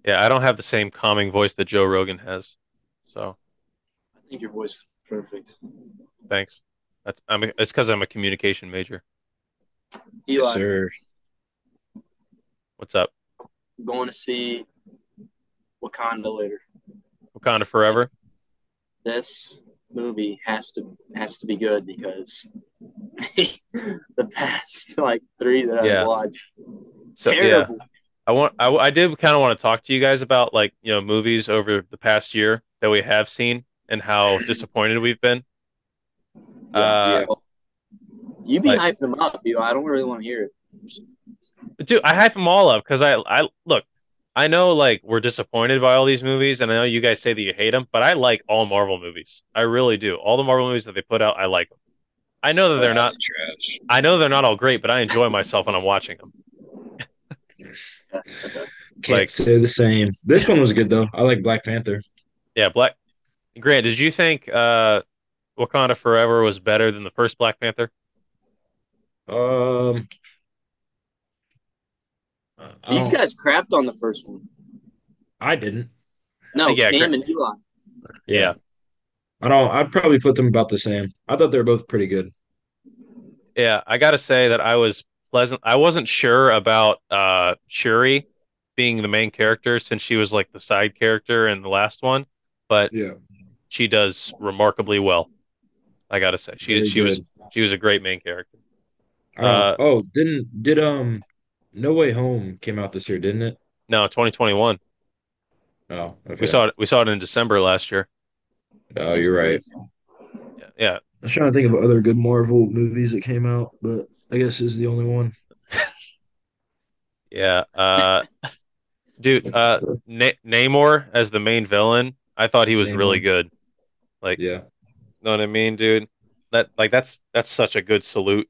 [SPEAKER 2] Yeah, I don't have the same calming voice that Joe Rogan has. So
[SPEAKER 4] I think your voice is perfect.
[SPEAKER 2] thanks. That's I'm a, it's because I'm a communication major.
[SPEAKER 4] Eli,
[SPEAKER 3] Yes, sir.
[SPEAKER 2] What's up?
[SPEAKER 4] I'm going to see Wakanda later.
[SPEAKER 2] Wakanda Forever.
[SPEAKER 4] This movie has to has to be good because the past like three that
[SPEAKER 2] Yeah.
[SPEAKER 4] I've watched
[SPEAKER 2] So yeah.
[SPEAKER 4] terrible.
[SPEAKER 2] I want I, I did kind of want to talk to you guys about like you know movies over the past year that we have seen and how disappointed we've been. Uh,
[SPEAKER 4] You be
[SPEAKER 2] Like-
[SPEAKER 4] hyping them up, Eli. I don't really want to hear it.
[SPEAKER 2] dude, I hype them all up because I I look. I know like we're disappointed by all these movies, and I know you guys say that you hate them, but I like all Marvel movies. I really do. All the Marvel movies that they put out, I like them. I know that they're not.
[SPEAKER 3] trash.
[SPEAKER 2] I know they're not all great, but I enjoy myself when I'm watching them.
[SPEAKER 3] Can't
[SPEAKER 2] Like-
[SPEAKER 3] say the same. This one was good though. I like Black Panther.
[SPEAKER 2] Yeah, Black Grant, did you think uh, Wakanda Forever was better than the first Black Panther?
[SPEAKER 3] Um, I- I,
[SPEAKER 2] Oh.
[SPEAKER 4] You
[SPEAKER 3] don't-
[SPEAKER 4] guys crapped on the first one.
[SPEAKER 3] I didn't.
[SPEAKER 4] No,
[SPEAKER 2] Uh, Yeah,
[SPEAKER 4] Cam
[SPEAKER 2] cra-
[SPEAKER 4] and Eli.
[SPEAKER 2] Yeah.
[SPEAKER 3] I don't. I'd probably put them about the same. I thought they were both pretty good.
[SPEAKER 2] Yeah, I gotta say that I was pleasant. I wasn't sure about uh Shuri being the main character since she was like the side character in the last one, but
[SPEAKER 3] Yeah,
[SPEAKER 2] she does remarkably well. I gotta say, she she was she was a great main character. uh,
[SPEAKER 3] oh, didn't did um, No Way Home came out this year, didn't it?
[SPEAKER 2] No, 2021.
[SPEAKER 3] Oh, okay.
[SPEAKER 2] We saw it. We saw it in December last year.
[SPEAKER 3] Oh, you're right.
[SPEAKER 2] Yeah, yeah.
[SPEAKER 3] I was trying to think of other good Marvel movies that came out, but I guess this is the only one.
[SPEAKER 2] yeah. Uh, dude, uh, Na- Namor as the main villain, I thought he was really
[SPEAKER 3] Namor.
[SPEAKER 2] good. Like,
[SPEAKER 3] yeah,
[SPEAKER 2] know what I mean, dude? That like that's that's such a good salute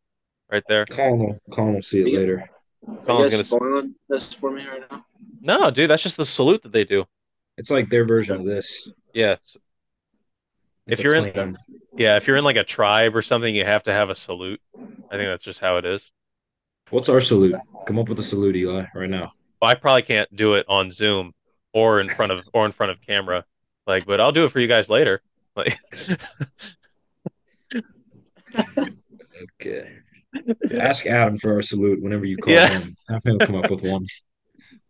[SPEAKER 2] right there.
[SPEAKER 3] Colin will, Colin will see it
[SPEAKER 4] Yeah.
[SPEAKER 3] later.
[SPEAKER 4] Are you
[SPEAKER 2] Colin's
[SPEAKER 4] guys
[SPEAKER 2] gonna-
[SPEAKER 4] spoiling this for me right now?
[SPEAKER 2] No, dude, that's just the salute that they do.
[SPEAKER 3] It's like their version of this.
[SPEAKER 2] Yeah, s-
[SPEAKER 3] It's
[SPEAKER 2] If
[SPEAKER 3] a
[SPEAKER 2] you're in-
[SPEAKER 3] clan.
[SPEAKER 2] yeah. If you're in like a tribe or something, you have to have a salute. I think that's just how it is.
[SPEAKER 3] what's our salute? Come up with a salute, Eli, right now.
[SPEAKER 2] I probably can't do it on Zoom or in front of or in front of camera, like. But I'll do it for you guys later. Like,
[SPEAKER 3] Okay. Ask Adam for our salute whenever you call
[SPEAKER 2] Yeah.
[SPEAKER 3] him. Have him come up with one.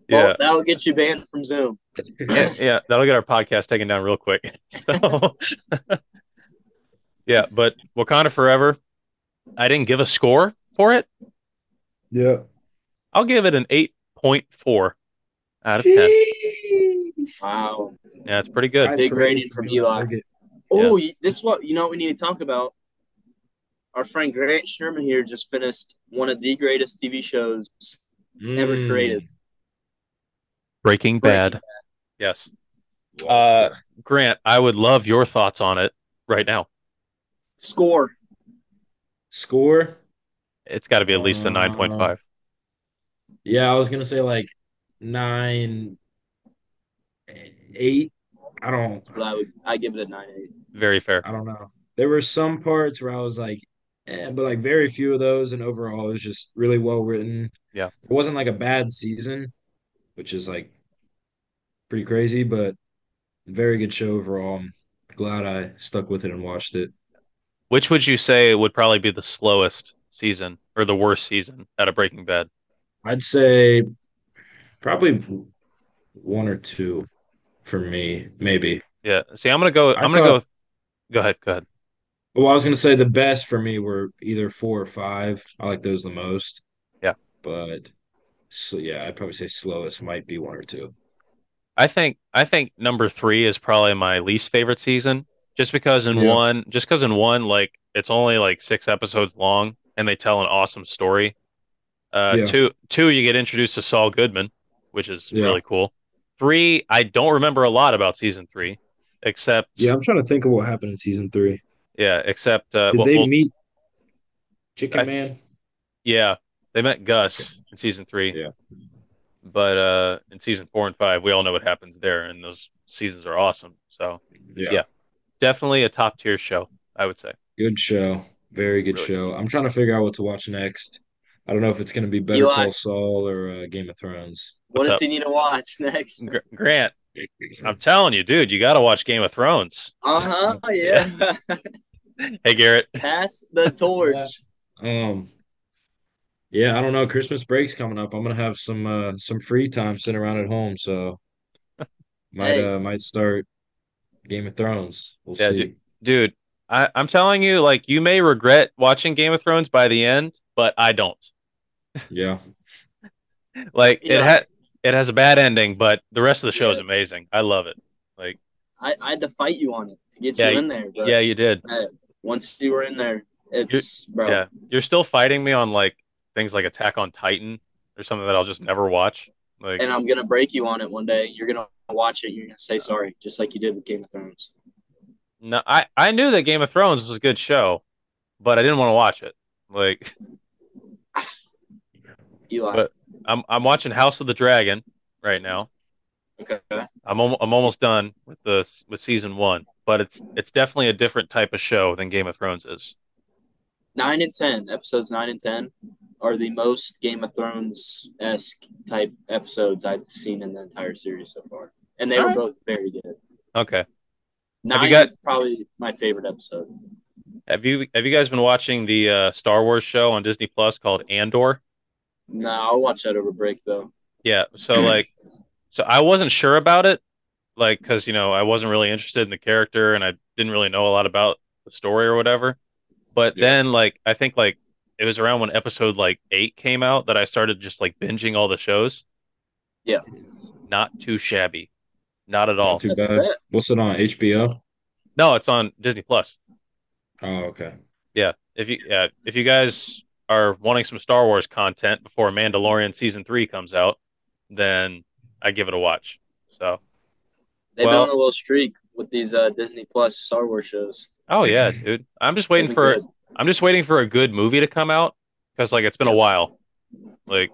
[SPEAKER 2] yeah,
[SPEAKER 4] Well, that'll get you banned from Zoom.
[SPEAKER 2] yeah, yeah, that'll get our podcast taken down real quick. So, yeah, but Wakanda Forever. I didn't give a score for it.
[SPEAKER 3] Yeah.
[SPEAKER 2] I'll give it an eight point four out of ten.
[SPEAKER 3] Good.
[SPEAKER 4] Wow.
[SPEAKER 2] Yeah, it's pretty good.
[SPEAKER 4] Big rating from Eli. Oh, you- this what you know what we need to talk about. Our friend Grant Sherman here just finished one of the greatest TV shows ever
[SPEAKER 3] Mm.
[SPEAKER 2] Hmm.
[SPEAKER 4] created.
[SPEAKER 2] Breaking
[SPEAKER 4] Bad.
[SPEAKER 2] Bad. Yes. Uh, Grant, I would love your thoughts on it right now.
[SPEAKER 4] Score.
[SPEAKER 3] Score?
[SPEAKER 2] It's got to be at least a 9.5.
[SPEAKER 3] Yeah, I was gonna say like nine, eight. I don't.
[SPEAKER 4] But I would I give it a nine eight.
[SPEAKER 2] Very fair.
[SPEAKER 3] I don't know. There were some parts where I was like, eh, but like very few of those, and overall it was just really well written.
[SPEAKER 2] Yeah.
[SPEAKER 3] It wasn't like a bad season, which is like pretty crazy, but very good show overall. I'm glad I stuck with it and watched it.
[SPEAKER 2] Which would you say would probably be the slowest season or the worst season out of Breaking Bad?
[SPEAKER 3] I'd say probably one or two for me, maybe.
[SPEAKER 2] Yeah. See, I'm gonna go.
[SPEAKER 3] I
[SPEAKER 2] I'm gonna
[SPEAKER 3] thought-
[SPEAKER 2] go. Go ahead. Go ahead.
[SPEAKER 3] Well, I was gonna say the best for me were either four or five. I like those the most.
[SPEAKER 2] Yeah.
[SPEAKER 3] But so yeah, I'd probably say slowest might be one or two.
[SPEAKER 2] I think I think number three is probably my least favorite season, just because in
[SPEAKER 3] Yeah.
[SPEAKER 2] one, just because in one, like it's only like six episodes long, and they tell an awesome story. Uh,
[SPEAKER 3] Yeah.
[SPEAKER 2] two, two, you get introduced to Saul Goodman, which is
[SPEAKER 3] Yeah.
[SPEAKER 2] really cool. Three, I don't remember a lot about season three, except
[SPEAKER 3] Yeah, I'm trying to think of what happened in season three.
[SPEAKER 2] yeah, except uh,
[SPEAKER 3] Did
[SPEAKER 2] well,
[SPEAKER 3] they
[SPEAKER 2] well,
[SPEAKER 3] meet Chicken
[SPEAKER 2] I-
[SPEAKER 3] Man?
[SPEAKER 2] yeah, they met Gus in season three.
[SPEAKER 3] Yeah.
[SPEAKER 2] But uh, in season four and five, we all know what happens there, and those seasons are awesome. So yeah. definitely a top tier show, I would say.
[SPEAKER 3] Good show. Very good
[SPEAKER 2] Really
[SPEAKER 3] show. I'm trying to figure out what to watch next. I don't know if it's going to be Better
[SPEAKER 4] Eli.
[SPEAKER 3] Call Saul or uh, Game of Thrones.
[SPEAKER 4] What
[SPEAKER 2] What's
[SPEAKER 4] does
[SPEAKER 2] up?
[SPEAKER 4] he need to watch next?
[SPEAKER 2] Gr- Grant, I'm telling you, dude, you got to watch Game of Thrones.
[SPEAKER 4] Uh huh. Yeah.
[SPEAKER 2] Hey, Garrett.
[SPEAKER 4] Pass the torch.
[SPEAKER 3] Um, yeah, I don't know. Christmas break's coming up. I'm gonna have some uh some free time sitting around at home, so might
[SPEAKER 4] Hey.
[SPEAKER 3] uh might start Game of Thrones. We'll
[SPEAKER 2] Yeah,
[SPEAKER 3] see.
[SPEAKER 2] dude. dude I, i'm telling you like you may regret watching game of thrones by the end but i don't
[SPEAKER 3] Yeah,
[SPEAKER 2] like it
[SPEAKER 4] Yeah.
[SPEAKER 2] had it has a bad ending but the rest of the show is
[SPEAKER 4] Yes.
[SPEAKER 2] amazing i love it
[SPEAKER 4] I, I had to fight you on it to get
[SPEAKER 2] Yeah,
[SPEAKER 4] you in there. But
[SPEAKER 2] yeah you did
[SPEAKER 4] Once you were in there, it's bro.
[SPEAKER 2] yeah you're still fighting me on like things like attack on titan or something that i'll just never watch like
[SPEAKER 4] And I'm gonna break you on it one day. You're gonna watch it. You're gonna say sorry, just like you did with Game of Thrones.
[SPEAKER 2] no i i knew that game of thrones was a good show but i didn't want to watch it like
[SPEAKER 4] Eli.
[SPEAKER 2] But- i'm i'm watching house of the dragon right now
[SPEAKER 4] okay.
[SPEAKER 2] I'm almo- I'm almost done with the with season one, but it's it's definitely a different type of show than Game of Thrones is.
[SPEAKER 4] Nine and ten episodes. Nine and ten are the most Game of Thrones esque type episodes I've seen in the entire series so far, and they were
[SPEAKER 2] Alright.
[SPEAKER 4] both very good.
[SPEAKER 2] Okay, Have you
[SPEAKER 4] Nine
[SPEAKER 2] got-
[SPEAKER 4] is probably my favorite episode.
[SPEAKER 2] have you have you guys been watching the uh, Star Wars show on Disney Plus called Andor?
[SPEAKER 4] No, I'll watch that over break though.
[SPEAKER 2] Yeah, so like, so I wasn't sure about it, like because you know I wasn't really interested in the character and I didn't really know a lot about the story or whatever. But
[SPEAKER 3] Yeah.
[SPEAKER 2] then like I think like it was around when episode like eight came out that I started just like binging all the shows.
[SPEAKER 4] Yeah.
[SPEAKER 2] not too shabby, not at all.
[SPEAKER 3] not too bad. What's it on? HBO?
[SPEAKER 2] No, it's on Disney Plus.
[SPEAKER 3] Oh, okay.
[SPEAKER 2] Yeah, if you uh, if you guys are wanting some Star Wars content before Mandalorian season three comes out, then I give it a watch. So,
[SPEAKER 4] They've
[SPEAKER 2] Well-
[SPEAKER 4] been on a little streak with these uh, Disney Plus Star Wars shows.
[SPEAKER 2] oh yeah, dude, I'm just
[SPEAKER 4] They've
[SPEAKER 2] waiting
[SPEAKER 4] been
[SPEAKER 2] for
[SPEAKER 4] good.
[SPEAKER 2] I'm just waiting for a good movie to come out because like it's been a while. Like,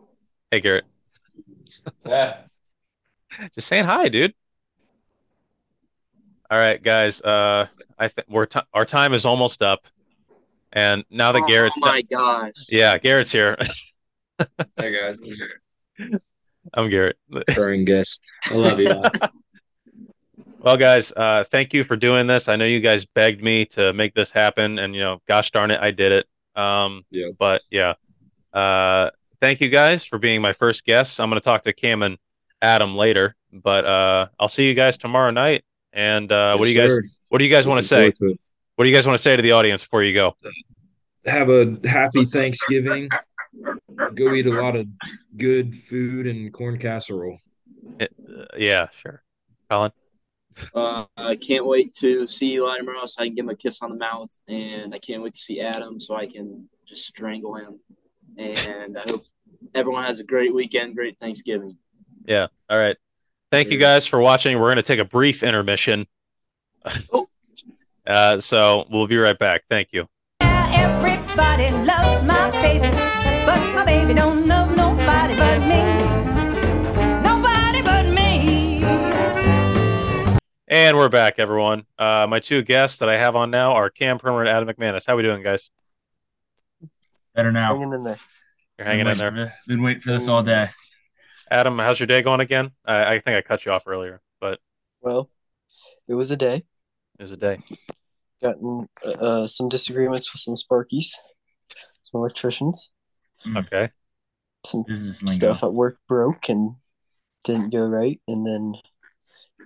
[SPEAKER 2] hey Garrett, just saying hi, dude. All right, guys, uh, I think we're ti our time is almost up, and now that Garrett,
[SPEAKER 4] Oh my gosh.
[SPEAKER 2] yeah, Garrett's here.
[SPEAKER 3] Hey guys,
[SPEAKER 2] I'm Garrett.
[SPEAKER 3] recurring guest. I love you.
[SPEAKER 2] Well, guys, uh, thank you for doing this. I know you guys begged me to make this happen, and you know, gosh darn it, I did it. Um,
[SPEAKER 3] Yeah.
[SPEAKER 2] but yeah, uh, thank you guys for being my first guests. I'm going to talk to Cam and Adam later, but uh, I'll see you guys tomorrow night. And uh, what do you guys? What do you guys want to say? What do you guys want to say to the audience before you go?
[SPEAKER 3] Have a happy Thanksgiving. Go eat a lot of good food and corn casserole.
[SPEAKER 2] Uh, yeah, sure. Colin,
[SPEAKER 4] Uh, I can't wait to see Eli tomorrow so I can give him a kiss on the mouth. And I can't wait to see Adam so I can just strangle him. And I hope everyone has a great weekend, great Thanksgiving.
[SPEAKER 2] yeah. All right. Thank you
[SPEAKER 3] Sure.
[SPEAKER 2] guys for watching. We're going to take a brief intermission. Oh. uh, so we'll be right back. Thank you.
[SPEAKER 1] Yeah, everybody loves my baby, but my baby don't love nobody but me. Nobody but me.
[SPEAKER 2] And we're back, everyone. Uh, my two guests that I have on now are Cam Permer and Adam McManus. How we doing, guys?
[SPEAKER 5] Better now.
[SPEAKER 6] Hang him in there.
[SPEAKER 2] You're hanging
[SPEAKER 5] Been
[SPEAKER 2] in there.
[SPEAKER 5] waiting for thi- Been waiting for this all day.
[SPEAKER 2] Adam, how's your day going again? I, I think I cut you off earlier, but
[SPEAKER 6] Well, it was a day.
[SPEAKER 2] it was a day.
[SPEAKER 6] Gotten uh, uh, some disagreements with some Sparkies, some electricians.
[SPEAKER 2] Okay.
[SPEAKER 6] Some
[SPEAKER 5] Business
[SPEAKER 3] Oh
[SPEAKER 5] lingo.
[SPEAKER 6] stuff at work broke and didn't go right. And then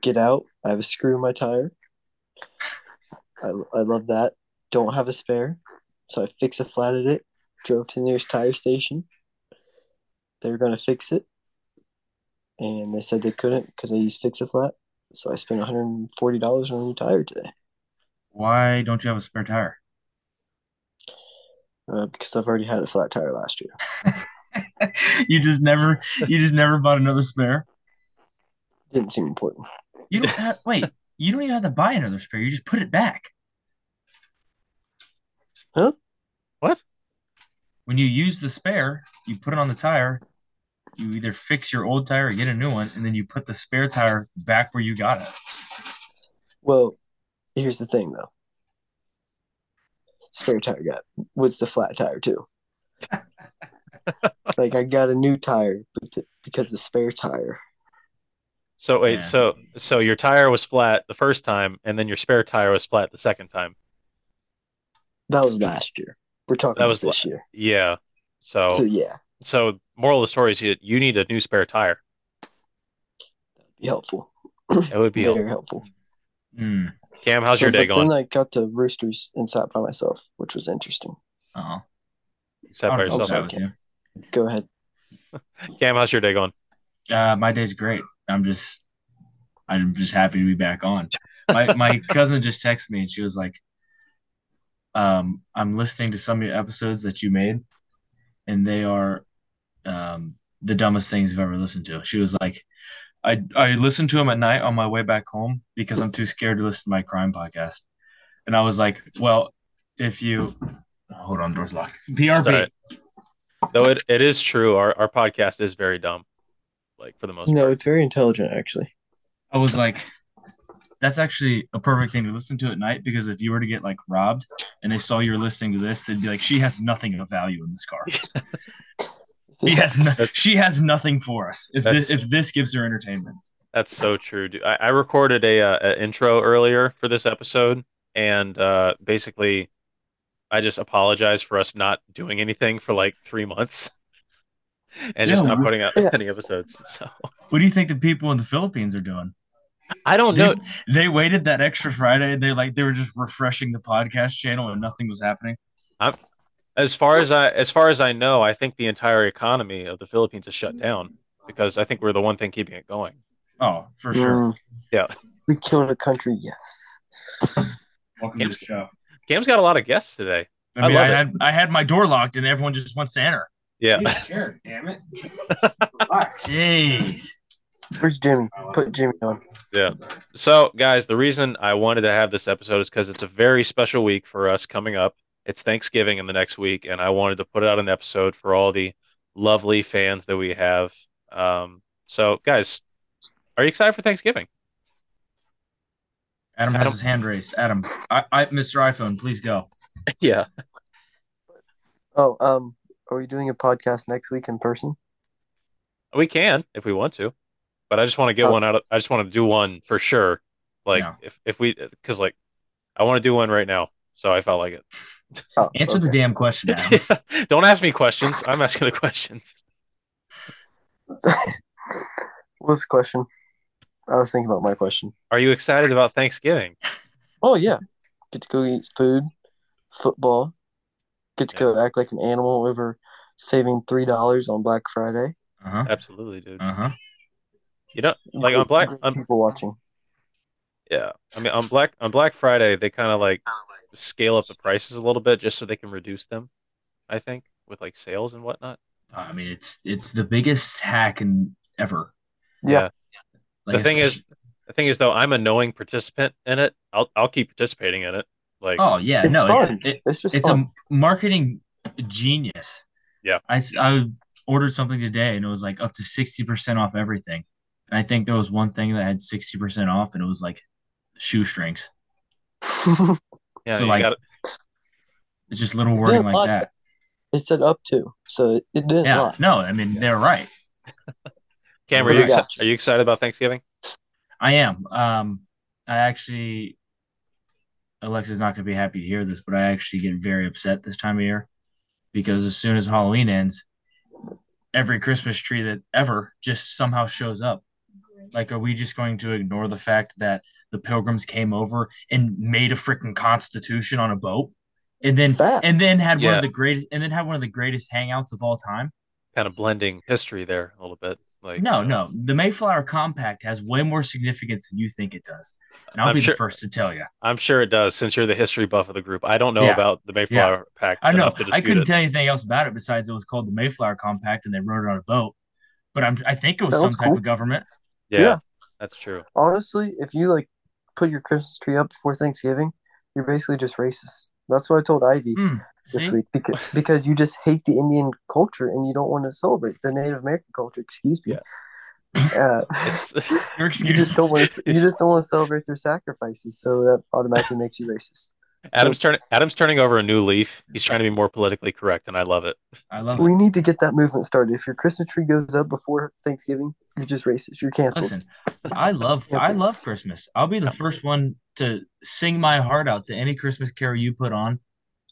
[SPEAKER 6] get out. I have a screw in my tire. I, I love that. Don't have a spare. So I fix a flat at it. Drove to the nearest tire station. They were going to fix it. And they said they couldn't because I used fix a flat. So I spent $140 on a new tire today.
[SPEAKER 5] Why don't you have a spare tire?
[SPEAKER 6] uh, because I've already had a flat tire last year.
[SPEAKER 5] you just never you just never bought another spare.
[SPEAKER 6] Didn't seem important.
[SPEAKER 5] You don't have wait, you don't even have to buy another spare. You just put it back.
[SPEAKER 6] Huh?
[SPEAKER 2] What?
[SPEAKER 5] When you use the spare, you put it on the tire, you either fix your old tire or get a new one, and then you put the spare tire back where you got it.
[SPEAKER 6] Well, here's the thing though. Spare tire got was the flat tire too. like I got a new tire but the- because the spare tire.
[SPEAKER 2] So wait,
[SPEAKER 5] Yeah.
[SPEAKER 2] so so your tire was flat the first time, and then your spare tire was flat the second time.
[SPEAKER 6] That was last year. We're talking
[SPEAKER 2] That
[SPEAKER 6] about
[SPEAKER 2] was oh.
[SPEAKER 6] this year.
[SPEAKER 2] Yeah. So
[SPEAKER 6] So yeah,
[SPEAKER 2] so moral of the story is you, you need a new spare tire.
[SPEAKER 6] be helpful.
[SPEAKER 2] It would be helpful.
[SPEAKER 6] Very helpful.
[SPEAKER 5] Hmm.
[SPEAKER 2] Cam, how's
[SPEAKER 6] So
[SPEAKER 2] your day
[SPEAKER 6] but
[SPEAKER 2] going?
[SPEAKER 6] Then I got to Roosters and sat by myself, which was interesting.
[SPEAKER 5] Oh,
[SPEAKER 2] Sat by
[SPEAKER 5] I'll- I'll
[SPEAKER 2] yourself.
[SPEAKER 5] side with you.
[SPEAKER 6] Go ahead.
[SPEAKER 2] Cam, how's your day going?
[SPEAKER 5] Uh, my day's great. I'm just, I'm just happy to be back on. My my cousin just texted me and she was like, um, "I'm listening to some of your episodes that you made, and they are, um, the dumbest things I've ever listened to." She was like, "I I listen to them at night on my way back home because I'm too scared to listen to my crime podcast," and I was like, "Well, if you." Hold on, door's locked. PRP.
[SPEAKER 2] It's all right. Though it, it is true, our, our podcast is very dumb. Like for the most
[SPEAKER 6] No,
[SPEAKER 2] part.
[SPEAKER 6] it's very intelligent actually.
[SPEAKER 5] I was like, that's actually a perfect thing to listen to at night because if you were to get like robbed and they saw you were listening to this, they'd be like, she has nothing of value in this car. She has, no-
[SPEAKER 2] That's-
[SPEAKER 5] she has nothing for us. If this,
[SPEAKER 2] That's-
[SPEAKER 5] if this gives her entertainment,
[SPEAKER 2] That's so true. Dude. I, I recorded a, uh, a intro earlier for this episode, and uh, basically, I just apologized for us not doing anything for like three months, and just
[SPEAKER 5] Yeah,
[SPEAKER 2] not
[SPEAKER 5] we-
[SPEAKER 2] putting out
[SPEAKER 6] yeah.
[SPEAKER 2] any episodes. So
[SPEAKER 5] what do you think the people in the Philippines are doing?
[SPEAKER 2] I don't
[SPEAKER 5] They-
[SPEAKER 2] know.
[SPEAKER 5] They waited that extra Friday. They like they were just refreshing the podcast channel and nothing was happening.
[SPEAKER 2] As far as I as far as I know, I think the entire economy of the Philippines is shut down because I think we're the one thing keeping it going.
[SPEAKER 5] Oh, for sure.
[SPEAKER 6] Mm.
[SPEAKER 2] Yeah.
[SPEAKER 6] We killed a country, yes.
[SPEAKER 5] Welcome to the show.
[SPEAKER 2] Cam's got a lot of guests today. I
[SPEAKER 5] I mean, I,
[SPEAKER 2] love it.
[SPEAKER 5] had I had my door locked and everyone just wants to enter.
[SPEAKER 2] Yeah,
[SPEAKER 5] chair, damn it. Jeez.
[SPEAKER 6] Where's Jimmy?
[SPEAKER 5] Oh,
[SPEAKER 6] Put Jimmy on.
[SPEAKER 2] yeah. So, guys, the reason I wanted to have this episode is because it's a very special week for us coming up. It's Thanksgiving in the next week, and I wanted to put out an episode for all the lovely fans that we have. Um, so, guys, are you excited for Thanksgiving?
[SPEAKER 5] Adam has
[SPEAKER 2] Adam.
[SPEAKER 5] his hand raised. Adam, I, I, Mr. iPhone, please go.
[SPEAKER 2] Yeah.
[SPEAKER 6] Oh, um, are we doing a podcast next week in person?
[SPEAKER 2] We can if we want to, but I just want to get
[SPEAKER 6] Oh.
[SPEAKER 2] one out. Of, I just want to do one for sure. Like,
[SPEAKER 5] Uh, Yeah.
[SPEAKER 2] if, if we, because like, I want to do one right now. So I felt like it.
[SPEAKER 6] Oh,
[SPEAKER 5] Answer the
[SPEAKER 6] okay.
[SPEAKER 5] damn question, Adam.
[SPEAKER 2] Don't ask me questions. I'm asking the questions.
[SPEAKER 6] What's the question? I was thinking about my question.
[SPEAKER 2] Are you excited about Thanksgiving?
[SPEAKER 6] Oh yeah, get to go eat food, football, get to go act like an animal over saving three dollars on Black Friday.
[SPEAKER 5] Uh huh.
[SPEAKER 2] Absolutely, dude.
[SPEAKER 5] Uh huh.
[SPEAKER 2] You know, like on
[SPEAKER 6] Great-
[SPEAKER 2] Black,
[SPEAKER 6] great
[SPEAKER 2] on,
[SPEAKER 6] people watching.
[SPEAKER 2] yeah. I mean, on Black, on Black Friday, they kind of like scale up the prices a little bit just so they can reduce them. I think with like sales and whatnot.
[SPEAKER 5] I mean, it's it's the biggest hack in ever.
[SPEAKER 2] Yeah.
[SPEAKER 5] Like,
[SPEAKER 2] the thing
[SPEAKER 5] it's-
[SPEAKER 2] is, the thing is though, I'm a knowing participant in it. I'll I'll keep participating in it. Like,
[SPEAKER 5] oh yeah,
[SPEAKER 6] It's
[SPEAKER 5] no,
[SPEAKER 6] fun.
[SPEAKER 5] it's it,
[SPEAKER 6] It's just
[SPEAKER 5] it's
[SPEAKER 6] fun.
[SPEAKER 5] a marketing genius.
[SPEAKER 2] Yeah.
[SPEAKER 5] I s- I ordered something today and it was like up to sixty percent off everything, and I think there was one thing that had sixty percent off and it was like shoestrings.
[SPEAKER 2] yeah,
[SPEAKER 5] so,
[SPEAKER 2] you
[SPEAKER 5] like,
[SPEAKER 2] gotta-
[SPEAKER 5] It's just little wording
[SPEAKER 6] Yeah,
[SPEAKER 5] like
[SPEAKER 6] but-
[SPEAKER 5] that.
[SPEAKER 6] it said up to, so it, it didn't
[SPEAKER 5] Yeah.
[SPEAKER 6] lie.
[SPEAKER 5] No, I mean they're right.
[SPEAKER 2] Cam, are you,
[SPEAKER 6] Yeah.
[SPEAKER 2] exci- are you excited about Thanksgiving?
[SPEAKER 5] I am. Um, I actually, Alexa's not going to be happy to hear this, but I actually get very upset this time of year because as soon as Halloween ends, every Christmas tree that ever just somehow shows up. Like, are we just going to ignore the fact that the pilgrims came over and made a freaking constitution on a boat? And then,
[SPEAKER 6] Bad.
[SPEAKER 5] and then had one
[SPEAKER 2] Yeah.
[SPEAKER 5] of the greatest, and then had one of the greatest hangouts of all time.
[SPEAKER 2] Kind of blending history there a little bit. Like
[SPEAKER 5] No, no. The Mayflower Compact has way more significance than you think it does. And I'll
[SPEAKER 2] I'm
[SPEAKER 5] be
[SPEAKER 2] sure-
[SPEAKER 5] the first to tell you.
[SPEAKER 2] I'm sure it does, since you're the history buff of the group. I don't know
[SPEAKER 5] Yeah.
[SPEAKER 2] about the Mayflower Pact.
[SPEAKER 5] I know.
[SPEAKER 2] enough to
[SPEAKER 5] I
[SPEAKER 2] dispute
[SPEAKER 5] couldn't
[SPEAKER 2] it.
[SPEAKER 5] tell you anything else about it besides it was called the Mayflower Compact and they wrote it on a boat. But I'm, I think it was
[SPEAKER 6] That
[SPEAKER 5] some
[SPEAKER 6] was
[SPEAKER 5] type
[SPEAKER 6] cool.
[SPEAKER 5] of government.
[SPEAKER 2] Yeah,
[SPEAKER 6] Yeah.
[SPEAKER 2] that's true.
[SPEAKER 6] Honestly, if you like put your Christmas tree up before Thanksgiving, you're basically just racist. That's what I told Ivy
[SPEAKER 5] Mm,
[SPEAKER 6] this
[SPEAKER 5] see?
[SPEAKER 6] week because, because you just hate the Indian culture and you don't want to celebrate the Native American culture. Excuse me. Uh,
[SPEAKER 2] It's
[SPEAKER 5] You're
[SPEAKER 6] you just
[SPEAKER 5] excused.
[SPEAKER 6] don't want to, you just don't want to celebrate their sacrifices, so that automatically makes you racist.
[SPEAKER 2] Adam's turning Adam's turning over a new leaf. He's trying to be more politically correct, and I love it.
[SPEAKER 5] I love it.
[SPEAKER 6] We need to get that movement started. If your Christmas tree goes up before Thanksgiving, you're just racist. You're canceled.
[SPEAKER 5] Listen, I love I love Christmas. I'll be the first one to sing my heart out to any Christmas carol you put on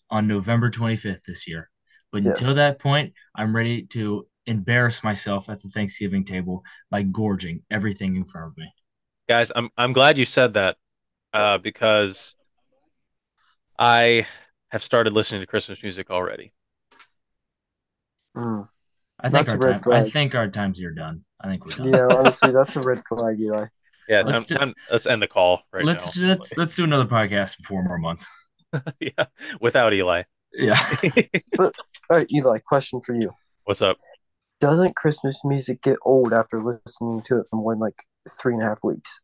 [SPEAKER 5] on November 25th this year. But
[SPEAKER 6] Yes.
[SPEAKER 5] until that point, I'm ready to embarrass myself at the Thanksgiving table by gorging everything in front of me.
[SPEAKER 2] guys i'm i'm glad you said that uh because i have started listening to christmas music already
[SPEAKER 6] Mm.
[SPEAKER 5] I think
[SPEAKER 6] That's
[SPEAKER 5] our
[SPEAKER 6] a red
[SPEAKER 5] time, I
[SPEAKER 6] flag.
[SPEAKER 5] think our times are done. I think we're done.
[SPEAKER 6] Yeah, honestly, that's a red flag, Eli.
[SPEAKER 2] yeah
[SPEAKER 5] Let's
[SPEAKER 2] let's,
[SPEAKER 5] do-
[SPEAKER 2] time, let's end the call right
[SPEAKER 5] let's
[SPEAKER 2] now
[SPEAKER 5] let's let's do another podcast in four more months.
[SPEAKER 2] yeah without eli
[SPEAKER 5] Yeah.
[SPEAKER 6] All right, Eli, question for you:
[SPEAKER 2] what's up
[SPEAKER 6] Doesn't Christmas music get old after listening to it for more than like three and a half weeks?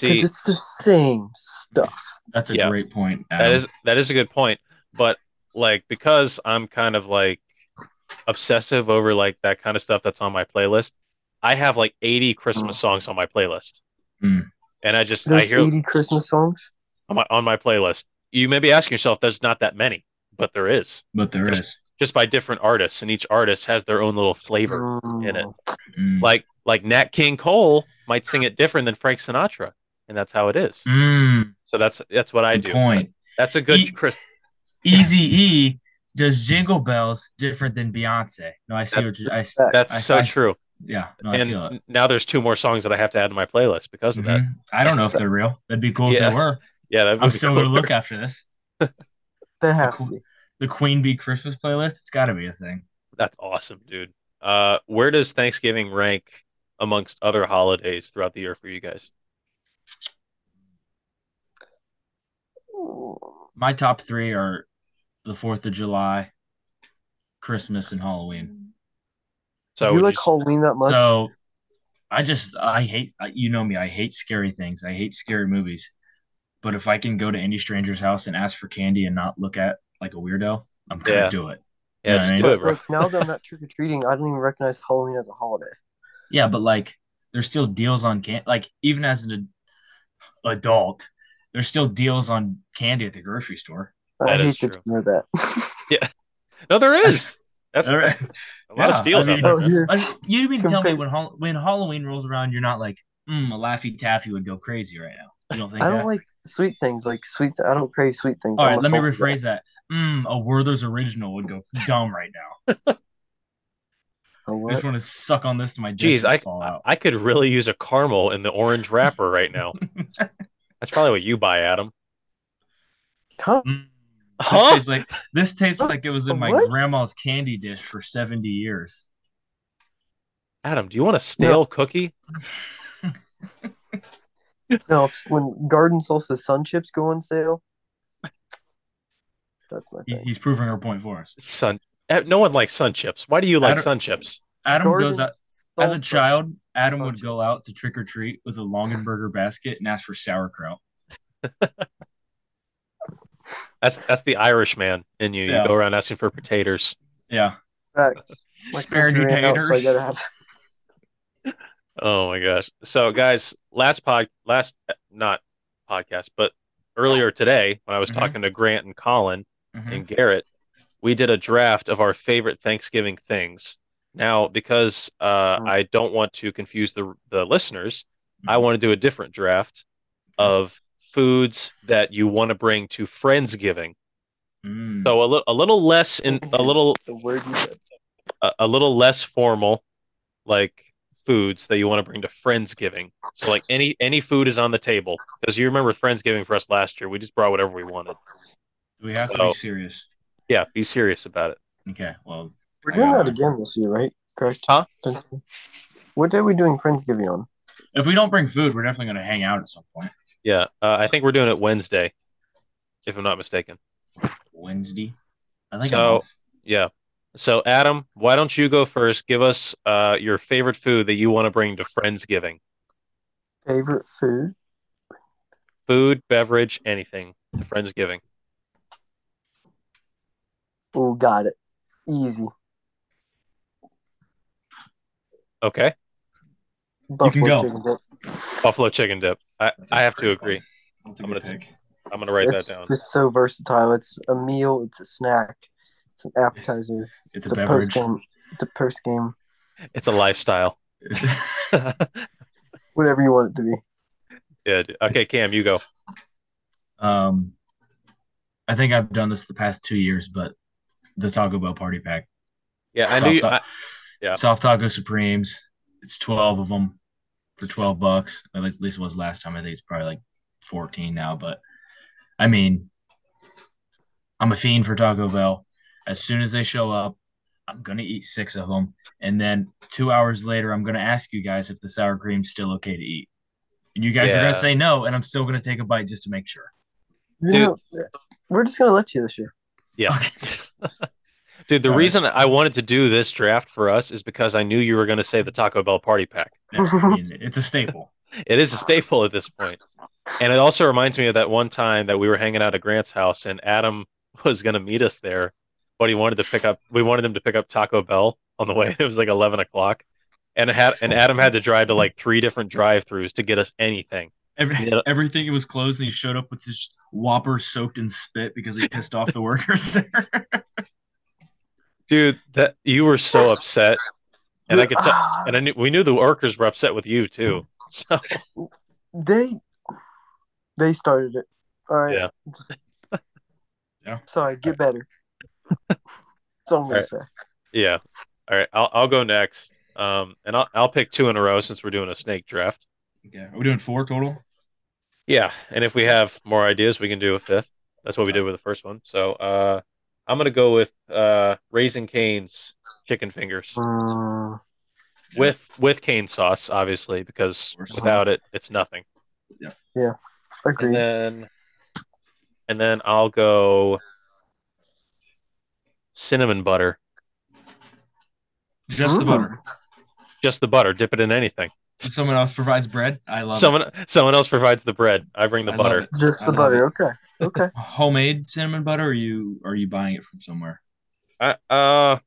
[SPEAKER 6] Because
[SPEAKER 2] see
[SPEAKER 6] it's the same stuff.
[SPEAKER 5] That's a
[SPEAKER 2] Yeah.
[SPEAKER 5] great point.
[SPEAKER 2] that
[SPEAKER 5] Adam.
[SPEAKER 2] is that is a good point but like because i'm kind of like obsessive over like that kind of stuff that's on my playlist i have like 80 christmas songs on my playlist
[SPEAKER 5] Hmm.
[SPEAKER 2] and i just i
[SPEAKER 6] There's
[SPEAKER 2] hear
[SPEAKER 6] 80 Christmas songs.
[SPEAKER 2] on my on my playlist you may be asking yourself there's not that many but there is
[SPEAKER 5] but there
[SPEAKER 2] Just-
[SPEAKER 5] is.
[SPEAKER 2] just by different artists, and each artist has their own little flavor. in it.
[SPEAKER 6] Mm.
[SPEAKER 5] Mm.
[SPEAKER 2] Like like Nat King Cole might sing it different than Frank Sinatra, and that's how it is.
[SPEAKER 5] Mm,
[SPEAKER 2] So that's that's what I
[SPEAKER 5] good
[SPEAKER 2] do.
[SPEAKER 5] point.
[SPEAKER 2] That's a good
[SPEAKER 5] He-
[SPEAKER 2] Chris.
[SPEAKER 5] Easy E does Jingle Bells different than Beyonce. No, I see what you. I,
[SPEAKER 6] That-
[SPEAKER 2] That's
[SPEAKER 5] I-
[SPEAKER 2] so
[SPEAKER 5] I-
[SPEAKER 2] true.
[SPEAKER 5] yeah, no, I feel it.
[SPEAKER 2] And now there's two more songs that I have to add to my playlist because of that.
[SPEAKER 5] Mhm. I don't know if they're real. That'd be cool
[SPEAKER 2] Yeah.
[SPEAKER 5] if they were.
[SPEAKER 2] Yeah, that
[SPEAKER 5] Mm-hmm. I'm still gonna look after this.
[SPEAKER 6] They have
[SPEAKER 5] Cool.
[SPEAKER 6] to be.
[SPEAKER 5] The Queen Bee Christmas playlist. It's got to be a thing.
[SPEAKER 2] That's awesome, dude. Uh, where does Thanksgiving rank amongst other holidays throughout the year for you guys?
[SPEAKER 5] My top three are the Fourth of July, Christmas, and Halloween.
[SPEAKER 2] So
[SPEAKER 6] you
[SPEAKER 2] would
[SPEAKER 6] like
[SPEAKER 2] s-
[SPEAKER 6] Halloween that much?
[SPEAKER 5] So I just I hate I- you know me. I hate scary things. I hate scary movies. But if I can go to any stranger's house and ask for candy and not look at like a weirdo, I'm gonna
[SPEAKER 2] Yeah.
[SPEAKER 5] do it.
[SPEAKER 2] yeah,
[SPEAKER 5] Yeah,
[SPEAKER 2] just
[SPEAKER 5] I
[SPEAKER 2] do
[SPEAKER 5] know.
[SPEAKER 2] it,
[SPEAKER 6] But
[SPEAKER 2] bro.
[SPEAKER 6] like now that I'm not trick or treating, I don't even recognize Halloween as a holiday.
[SPEAKER 5] Yeah, but like there's still deals on can like even as an ad- adult, there's still deals on candy at the grocery store.
[SPEAKER 6] I
[SPEAKER 2] That
[SPEAKER 6] hate
[SPEAKER 2] is
[SPEAKER 6] that
[SPEAKER 2] true.
[SPEAKER 6] you know that.
[SPEAKER 2] No, there is. That's
[SPEAKER 5] All right.
[SPEAKER 2] a lot of
[SPEAKER 5] Yeah, I
[SPEAKER 2] steals
[SPEAKER 5] mean-
[SPEAKER 2] out there.
[SPEAKER 6] oh,
[SPEAKER 2] man.
[SPEAKER 6] here.
[SPEAKER 5] Like, you mean to tell me
[SPEAKER 6] Compare-
[SPEAKER 5] when Hall- when Halloween rolls around, you're not like, mm, a Laffy Taffy would go crazy right now. You don't think
[SPEAKER 6] I
[SPEAKER 5] that?
[SPEAKER 6] don't like sweet things. Like sweet, I don't crave sweet things.
[SPEAKER 5] All
[SPEAKER 6] I'm
[SPEAKER 5] right,
[SPEAKER 6] a
[SPEAKER 5] let me
[SPEAKER 6] salty guy.
[SPEAKER 5] rephrase that. Mm, a Werther's original would go dumb right now.
[SPEAKER 6] A
[SPEAKER 5] I just
[SPEAKER 6] what?
[SPEAKER 5] want to suck on this to my dick
[SPEAKER 2] Jeez,
[SPEAKER 5] and
[SPEAKER 2] I,
[SPEAKER 5] fall out.
[SPEAKER 2] I could really use a caramel in the orange wrapper right now. That's probably what you buy, Adam.
[SPEAKER 6] Huh?
[SPEAKER 5] Mm. This
[SPEAKER 2] Huh?
[SPEAKER 5] tastes like this tastes like it was in my
[SPEAKER 6] What?
[SPEAKER 5] grandma's candy dish for seventy years.
[SPEAKER 2] Adam, do you want a stale cookie?
[SPEAKER 6] No, it's when garden salsa sun chips go on sale, that's my
[SPEAKER 5] He-
[SPEAKER 6] thing.
[SPEAKER 5] he's proving her point for us.
[SPEAKER 2] Sun. eh, No one likes sun chips. Why do you like
[SPEAKER 5] don't-
[SPEAKER 2] sun chips?
[SPEAKER 5] Adam
[SPEAKER 6] Garden
[SPEAKER 5] goes out as a
[SPEAKER 6] salsa.
[SPEAKER 5] child. Adam
[SPEAKER 6] Oh,
[SPEAKER 5] would go
[SPEAKER 6] jeez.
[SPEAKER 5] out to trick or treat with a Longenberger basket and ask for sauerkraut.
[SPEAKER 2] That's that's the Irish man in you.
[SPEAKER 5] Yeah.
[SPEAKER 2] You go around asking for potatoes.
[SPEAKER 5] Yeah,
[SPEAKER 6] Facts. My
[SPEAKER 5] Spare
[SPEAKER 6] culture ran out, so I
[SPEAKER 5] taters.
[SPEAKER 6] gotta have.
[SPEAKER 2] Oh my gosh. So guys, last pod, last eh, not podcast, but earlier today when I was
[SPEAKER 5] Mhm.
[SPEAKER 2] talking to Grant and Colin
[SPEAKER 5] Mhm.
[SPEAKER 2] Mm-hmm. and Garrett, we did a draft of our favorite Thanksgiving things. Now, because uh,
[SPEAKER 6] Mm.
[SPEAKER 2] I don't want to confuse the the listeners, I
[SPEAKER 5] Mhm.
[SPEAKER 2] want to do a different draft of foods that you want to bring to Friendsgiving.
[SPEAKER 5] Mm.
[SPEAKER 2] So a little a little less in a little
[SPEAKER 6] The word you said.
[SPEAKER 2] a, a little less formal, like foods that you want to bring to Friendsgiving. So like any any food is on the table because you remember Friendsgiving for us last year. We just brought whatever we wanted.
[SPEAKER 5] we have to
[SPEAKER 2] so-
[SPEAKER 5] be serious.
[SPEAKER 2] Yeah, be serious about it.
[SPEAKER 5] Okay, well,
[SPEAKER 6] We're
[SPEAKER 5] I
[SPEAKER 6] doing
[SPEAKER 5] got
[SPEAKER 6] that
[SPEAKER 5] one.
[SPEAKER 6] again this year, right? Correct.
[SPEAKER 2] Huh?
[SPEAKER 6] Thanks. What day are we doing Friendsgiving on?
[SPEAKER 5] If we don't bring food, we're definitely gonna hang out at some point.
[SPEAKER 2] Yeah, uh, I think we're doing it Wednesday, if I'm not mistaken.
[SPEAKER 5] Wednesday. I think
[SPEAKER 2] So-
[SPEAKER 5] I'm-
[SPEAKER 2] Yeah. So Adam, why don't you go first? Give us uh, your favorite food that you want to bring to Friendsgiving.
[SPEAKER 6] Favorite food?
[SPEAKER 2] Food, beverage, anything to Friendsgiving.
[SPEAKER 6] Oh, got it. Easy.
[SPEAKER 2] Okay.
[SPEAKER 6] Buffalo
[SPEAKER 5] go.
[SPEAKER 6] chicken dip.
[SPEAKER 2] Buffalo chicken dip. I,
[SPEAKER 5] That's a
[SPEAKER 2] I have to
[SPEAKER 5] great
[SPEAKER 2] agree.
[SPEAKER 5] one. That's a
[SPEAKER 2] I'm
[SPEAKER 5] good
[SPEAKER 2] gonna
[SPEAKER 5] pick.
[SPEAKER 2] I'm gonna write
[SPEAKER 6] it's
[SPEAKER 2] that down.
[SPEAKER 6] just so versatile. It's a meal. It's a snack. It's an appetizer.
[SPEAKER 5] It's,
[SPEAKER 6] It's
[SPEAKER 5] a
[SPEAKER 6] a
[SPEAKER 5] beverage.
[SPEAKER 6] post game. It's a post game.
[SPEAKER 2] It's a lifestyle.
[SPEAKER 6] Whatever you want it to be.
[SPEAKER 2] Yeah. dude. Okay, Cam, you go.
[SPEAKER 5] um, I think I've done this the past two years, but the Taco Bell party pack,
[SPEAKER 2] Yeah, I
[SPEAKER 5] Soft
[SPEAKER 2] knew.
[SPEAKER 5] ta-
[SPEAKER 2] I, yeah.
[SPEAKER 5] soft taco supremes. It's twelve of them for twelve bucks. At least, at least it was last time. I think it's probably like fourteen now. But I mean, I'm a fiend for Taco Bell. As soon as they show up, I'm gonna eat six of them, and then two hours later, I'm gonna ask you guys if the sour cream's still okay to eat. And you guys are
[SPEAKER 2] Yeah.
[SPEAKER 5] gonna say no, and I'm still gonna take a bite just to make sure.
[SPEAKER 6] You know, we're just gonna let you this year.
[SPEAKER 2] Yeah. Dude, the
[SPEAKER 5] All right.
[SPEAKER 2] reason I wanted to do this draft for us is because I knew you were going to say the Taco Bell party pack.
[SPEAKER 5] Yeah, I mean, it's a staple.
[SPEAKER 2] It is a staple at this point. And it also reminds me of that one time that we were hanging out at Grant's house and Adam was going to meet us there, but he wanted to pick up, we wanted him to pick up Taco Bell on the way. It was like 11 o'clock. And, it had, and Adam had to drive to like three different drive throughs to get us anything.
[SPEAKER 5] Every,
[SPEAKER 2] Yeah.
[SPEAKER 5] Everything was closed, and he showed up with this whopper soaked in spit because he pissed off the workers there.
[SPEAKER 2] Dude, that you were so upset. And I could tell,
[SPEAKER 6] Ah,
[SPEAKER 2] and I knew, we knew the workers were upset with you too. So,
[SPEAKER 6] they they started it. All right.
[SPEAKER 2] Yeah.
[SPEAKER 6] Just-
[SPEAKER 5] Yeah.
[SPEAKER 6] Sorry. Get better. That's all I'm gonna
[SPEAKER 2] Alright.
[SPEAKER 6] say.
[SPEAKER 2] Yeah. All right. I'll I'll go next. Um, and I'll I'll pick two in a row since we're doing a snake draft.
[SPEAKER 5] Okay. Are we doing four total?
[SPEAKER 2] Yeah, and if we have more ideas, we can do a fifth. That's what we did with the first one. So, uh, I'm gonna go with uh raisin canes chicken fingers
[SPEAKER 6] Mm,
[SPEAKER 2] with with cane sauce, obviously, because
[SPEAKER 5] course.
[SPEAKER 2] without it, it's nothing. And
[SPEAKER 6] agreed.
[SPEAKER 2] then, and then I'll go cinnamon butter,
[SPEAKER 5] Just the
[SPEAKER 6] Ooh.
[SPEAKER 5] butter.
[SPEAKER 2] just the butter. Dip it in anything.
[SPEAKER 5] Someone else provides bread. I love
[SPEAKER 2] Someone someone else provides the bread. I bring the
[SPEAKER 5] I love
[SPEAKER 2] butter.
[SPEAKER 5] it.
[SPEAKER 6] Just
[SPEAKER 5] I
[SPEAKER 6] the
[SPEAKER 5] love
[SPEAKER 6] butter. Okay. Okay.
[SPEAKER 5] it. Homemade cinnamon butter? Or are you are you buying it from somewhere?
[SPEAKER 2] I uh,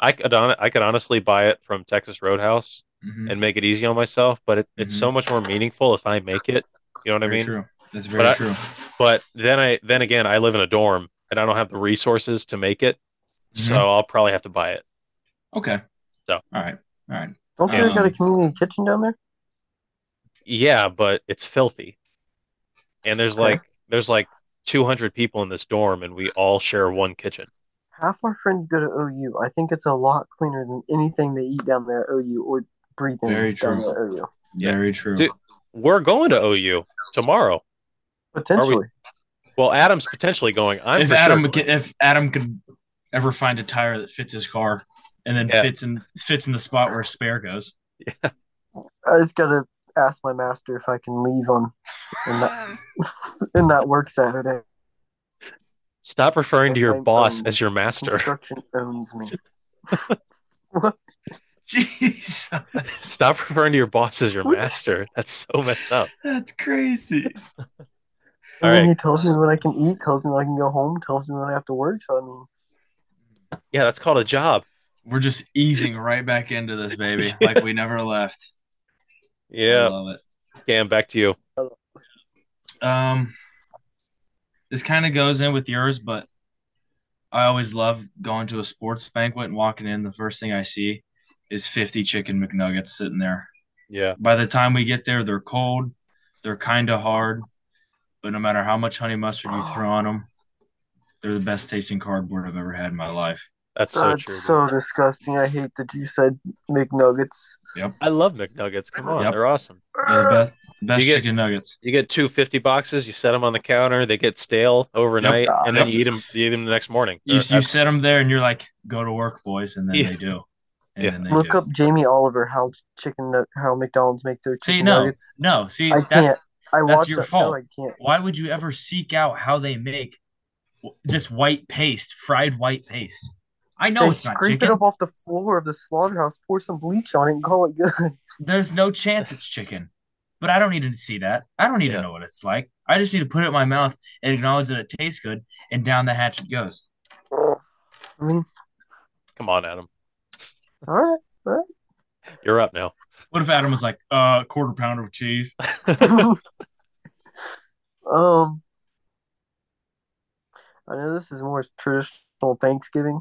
[SPEAKER 2] I could on I could honestly buy it from Texas Roadhouse
[SPEAKER 5] Mhm.
[SPEAKER 2] and make it easy on myself, but it, it's
[SPEAKER 5] Mhm.
[SPEAKER 2] so much more meaningful if I make it. You know what I
[SPEAKER 5] very
[SPEAKER 2] mean?
[SPEAKER 5] true. That's very
[SPEAKER 2] But I-
[SPEAKER 5] true.
[SPEAKER 2] But then I then again I live in a dorm and I don't have the resources to make it, so
[SPEAKER 5] Mhm.
[SPEAKER 2] I'll probably have to buy it.
[SPEAKER 5] okay.
[SPEAKER 2] So.
[SPEAKER 5] all right, all right.
[SPEAKER 6] Don't you
[SPEAKER 5] Um,
[SPEAKER 6] got a community kitchen down there?
[SPEAKER 2] Yeah, but it's filthy, and there's
[SPEAKER 6] Okay.
[SPEAKER 2] like there's like 200 people in this dorm, and we all share one kitchen.
[SPEAKER 6] Half our friends go to OU. I think it's a lot cleaner than anything they eat down there at OU or breathe in
[SPEAKER 5] Very
[SPEAKER 6] down
[SPEAKER 5] true.
[SPEAKER 6] there at OU.
[SPEAKER 2] Yeah.
[SPEAKER 5] Very true.
[SPEAKER 2] Dude. We're going to OU tomorrow.
[SPEAKER 6] Potentially.
[SPEAKER 2] Well, Adam's potentially going. I'm
[SPEAKER 5] if
[SPEAKER 2] for sure
[SPEAKER 5] Adam
[SPEAKER 2] going.
[SPEAKER 5] could- if Adam could ever find a tire that fits his car and then
[SPEAKER 2] Yeah.
[SPEAKER 5] fits in fits in the spot where a spare goes.
[SPEAKER 6] I just gotta ask my master if I can leave on and not, and not work Saturday.
[SPEAKER 2] Stop referring to your
[SPEAKER 6] I'm-
[SPEAKER 2] boss
[SPEAKER 6] um,
[SPEAKER 2] as your master.
[SPEAKER 6] Construction owns me.
[SPEAKER 5] Jesus,
[SPEAKER 2] Stop referring to your boss as your
[SPEAKER 6] What?
[SPEAKER 2] master. That's so messed up.
[SPEAKER 5] that's crazy.
[SPEAKER 2] All
[SPEAKER 6] And then
[SPEAKER 2] right.
[SPEAKER 6] he tells me when I can eat, tells me when I can go home, tells me when I have to work. So I mean,
[SPEAKER 2] Yeah, that's called a job.
[SPEAKER 5] We're just easing right back into this, baby, like we never left. I
[SPEAKER 2] Yeah.
[SPEAKER 5] love it.
[SPEAKER 2] Cam, back to you.
[SPEAKER 5] Um, this kind of goes in with yours, but I always love going to a sports banquet and walking in. The first thing I see is 50 chicken McNuggets sitting there.
[SPEAKER 2] Yeah.
[SPEAKER 5] By the time we get there, they're cold, they're kind of hard, but no matter how much honey mustard you throw on them, they're the best tasting cardboard I've ever had in my life.
[SPEAKER 2] That's so
[SPEAKER 6] that's
[SPEAKER 2] true. dude.
[SPEAKER 6] so disgusting. I hate that you said McNuggets.
[SPEAKER 2] I love McNuggets. Come on.
[SPEAKER 5] Yep.
[SPEAKER 2] They're awesome.
[SPEAKER 5] They're the best, best
[SPEAKER 2] You get-
[SPEAKER 5] chicken nuggets.
[SPEAKER 2] You get two fifty boxes, you set them on the counter, they get stale overnight,
[SPEAKER 6] Yep.
[SPEAKER 2] and then
[SPEAKER 5] Yep.
[SPEAKER 2] you eat them you eat them the next morning.
[SPEAKER 5] You,
[SPEAKER 2] Or- uh,
[SPEAKER 5] you set them there and you're like, go to work, boys, and then
[SPEAKER 2] Yeah.
[SPEAKER 5] they do. and
[SPEAKER 2] Yeah.
[SPEAKER 5] then they
[SPEAKER 6] Look
[SPEAKER 5] do.
[SPEAKER 6] up Jamie Oliver how chicken nug- how McDonald's make their
[SPEAKER 5] See,
[SPEAKER 6] chicken
[SPEAKER 5] no.
[SPEAKER 6] nuggets.
[SPEAKER 5] No, see,
[SPEAKER 6] I
[SPEAKER 5] that's
[SPEAKER 6] can't. I
[SPEAKER 5] that's
[SPEAKER 6] watched
[SPEAKER 5] your
[SPEAKER 6] that
[SPEAKER 5] fault.
[SPEAKER 6] show. I can't.
[SPEAKER 5] why would you ever seek out how they make w- just white paste, fried white paste? I know
[SPEAKER 6] they
[SPEAKER 5] it's not
[SPEAKER 6] scrape
[SPEAKER 5] chicken.
[SPEAKER 6] it up off the floor of the slaughterhouse, pour some bleach on it, and call it good.
[SPEAKER 5] There's no chance it's chicken. But I don't need to see that. I don't need
[SPEAKER 2] Yeah.
[SPEAKER 5] to know what it's like. I just need to put it in my mouth and acknowledge that it tastes good, and down the hatch it goes.
[SPEAKER 6] I mean,
[SPEAKER 2] Come on, Adam.
[SPEAKER 6] all right.
[SPEAKER 2] You're up now.
[SPEAKER 5] What if Adam was like, uh, quarter pounder of cheese?
[SPEAKER 6] um, I know this is more traditional Thanksgiving,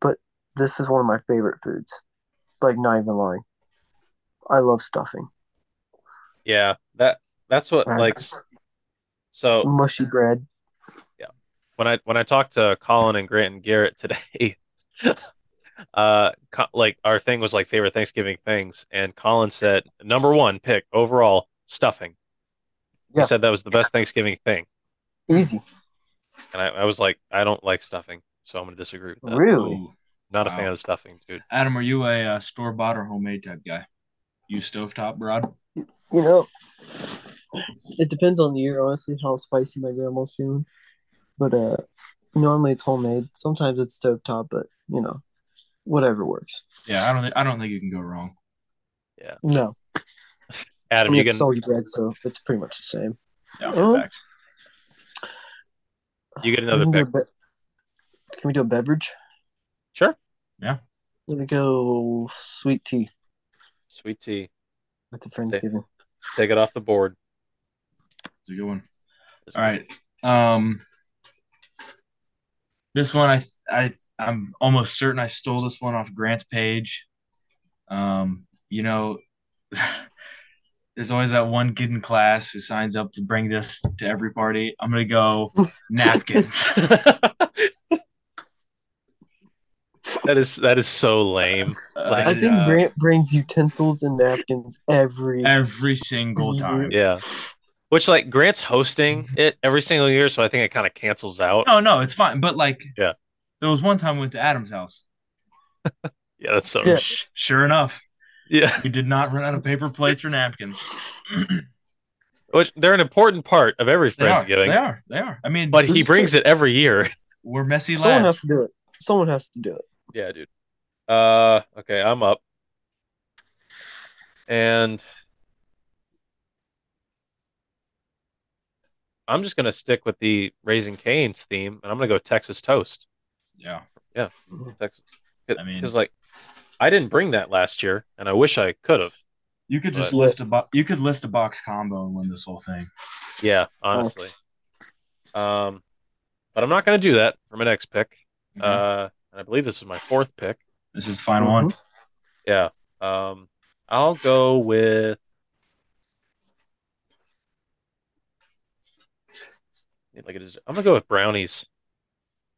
[SPEAKER 6] but this is one of my favorite foods. Like, not even lying. I love stuffing.
[SPEAKER 2] yeah, that that's what like
[SPEAKER 6] That's
[SPEAKER 2] so
[SPEAKER 6] mushy bread.
[SPEAKER 2] when I when I talked to Colin and Grant and Garrett today, uh, co- like our thing was like favorite Thanksgiving things, and Colin said number one pick overall stuffing.
[SPEAKER 6] Yeah.
[SPEAKER 2] He said that was the best Thanksgiving thing,
[SPEAKER 6] Easy.
[SPEAKER 2] and I, I was like, I don't like stuffing, so I'm gonna disagree with that.
[SPEAKER 6] Really?
[SPEAKER 5] Ooh.
[SPEAKER 2] Not a fan
[SPEAKER 5] Wow.
[SPEAKER 2] of stuffing, dude.
[SPEAKER 5] Adam, are you a uh, store bought or homemade type guy? You stovetop, Rod?
[SPEAKER 6] You know, it depends on the year, honestly, how spicy my grandma's feeling. But uh, normally it's homemade. Sometimes it's stovetop, but you know, whatever works.
[SPEAKER 5] Yeah, I don't. Th- I don't think you can go wrong.
[SPEAKER 6] No, I
[SPEAKER 2] Adam,
[SPEAKER 6] mean,
[SPEAKER 2] you
[SPEAKER 6] it's
[SPEAKER 2] can
[SPEAKER 6] soggy bread, so it's pretty much the same.
[SPEAKER 5] Yeah,
[SPEAKER 6] Oh.
[SPEAKER 5] facts.
[SPEAKER 2] you get
[SPEAKER 6] we
[SPEAKER 2] another
[SPEAKER 6] can, do a
[SPEAKER 2] pick.
[SPEAKER 6] be- can we do a beverage?
[SPEAKER 2] Sure,
[SPEAKER 6] Let me go sweet tea
[SPEAKER 2] sweet tea,
[SPEAKER 6] at the Friendsgiving.
[SPEAKER 2] take it off the board.
[SPEAKER 5] It's a good one. All right. Um, this one I I I'm almost certain I stole this one off Grant's page. Um, you know, there's always that one kid in class who signs up to bring this to every party. I'm gonna go napkins.
[SPEAKER 2] that is that is so lame.
[SPEAKER 5] Uh,
[SPEAKER 6] I think
[SPEAKER 5] uh,
[SPEAKER 6] Grant brings utensils and napkins every.
[SPEAKER 5] every single time.
[SPEAKER 2] Yeah. Which like Grant's hosting it every single year, so I think it kind of cancels out.
[SPEAKER 5] No, no, it's fine. But like,
[SPEAKER 2] Yeah.
[SPEAKER 5] there was one time we went to Adam's house.
[SPEAKER 2] Yeah, that's so
[SPEAKER 6] Yeah.
[SPEAKER 5] Sh- sure enough,
[SPEAKER 2] yeah.
[SPEAKER 5] we did not run out of paper plates or napkins.
[SPEAKER 2] Which they're an important part of every
[SPEAKER 5] They are. They
[SPEAKER 2] Friendsgiving.
[SPEAKER 5] are. They are. I mean,
[SPEAKER 2] But he
[SPEAKER 6] This is
[SPEAKER 2] brings it every year.
[SPEAKER 5] we're messy
[SPEAKER 6] Someone has
[SPEAKER 5] lads.
[SPEAKER 6] to do it. Someone has to do it.
[SPEAKER 2] Yeah, dude. Uh okay, I'm up. And I'm just gonna stick with the raising canes theme and I'm gonna go Texas toast.
[SPEAKER 5] Yeah.
[SPEAKER 2] Texas
[SPEAKER 5] I mean-
[SPEAKER 2] because like I didn't bring that last year and I wish I could have.
[SPEAKER 5] You could just
[SPEAKER 6] But-
[SPEAKER 5] list a bo- you could list a box combo and win this whole thing.
[SPEAKER 2] Yeah, honestly. Um, but I'm not going to do that for my next pick.
[SPEAKER 5] Mm-hmm.
[SPEAKER 2] Uh, and I believe this is my fourth pick.
[SPEAKER 5] this is the final one.
[SPEAKER 2] Mm-hmm. Yeah. Um, I'll go with. Yeah, Like it is, I'm gonna go with brownies.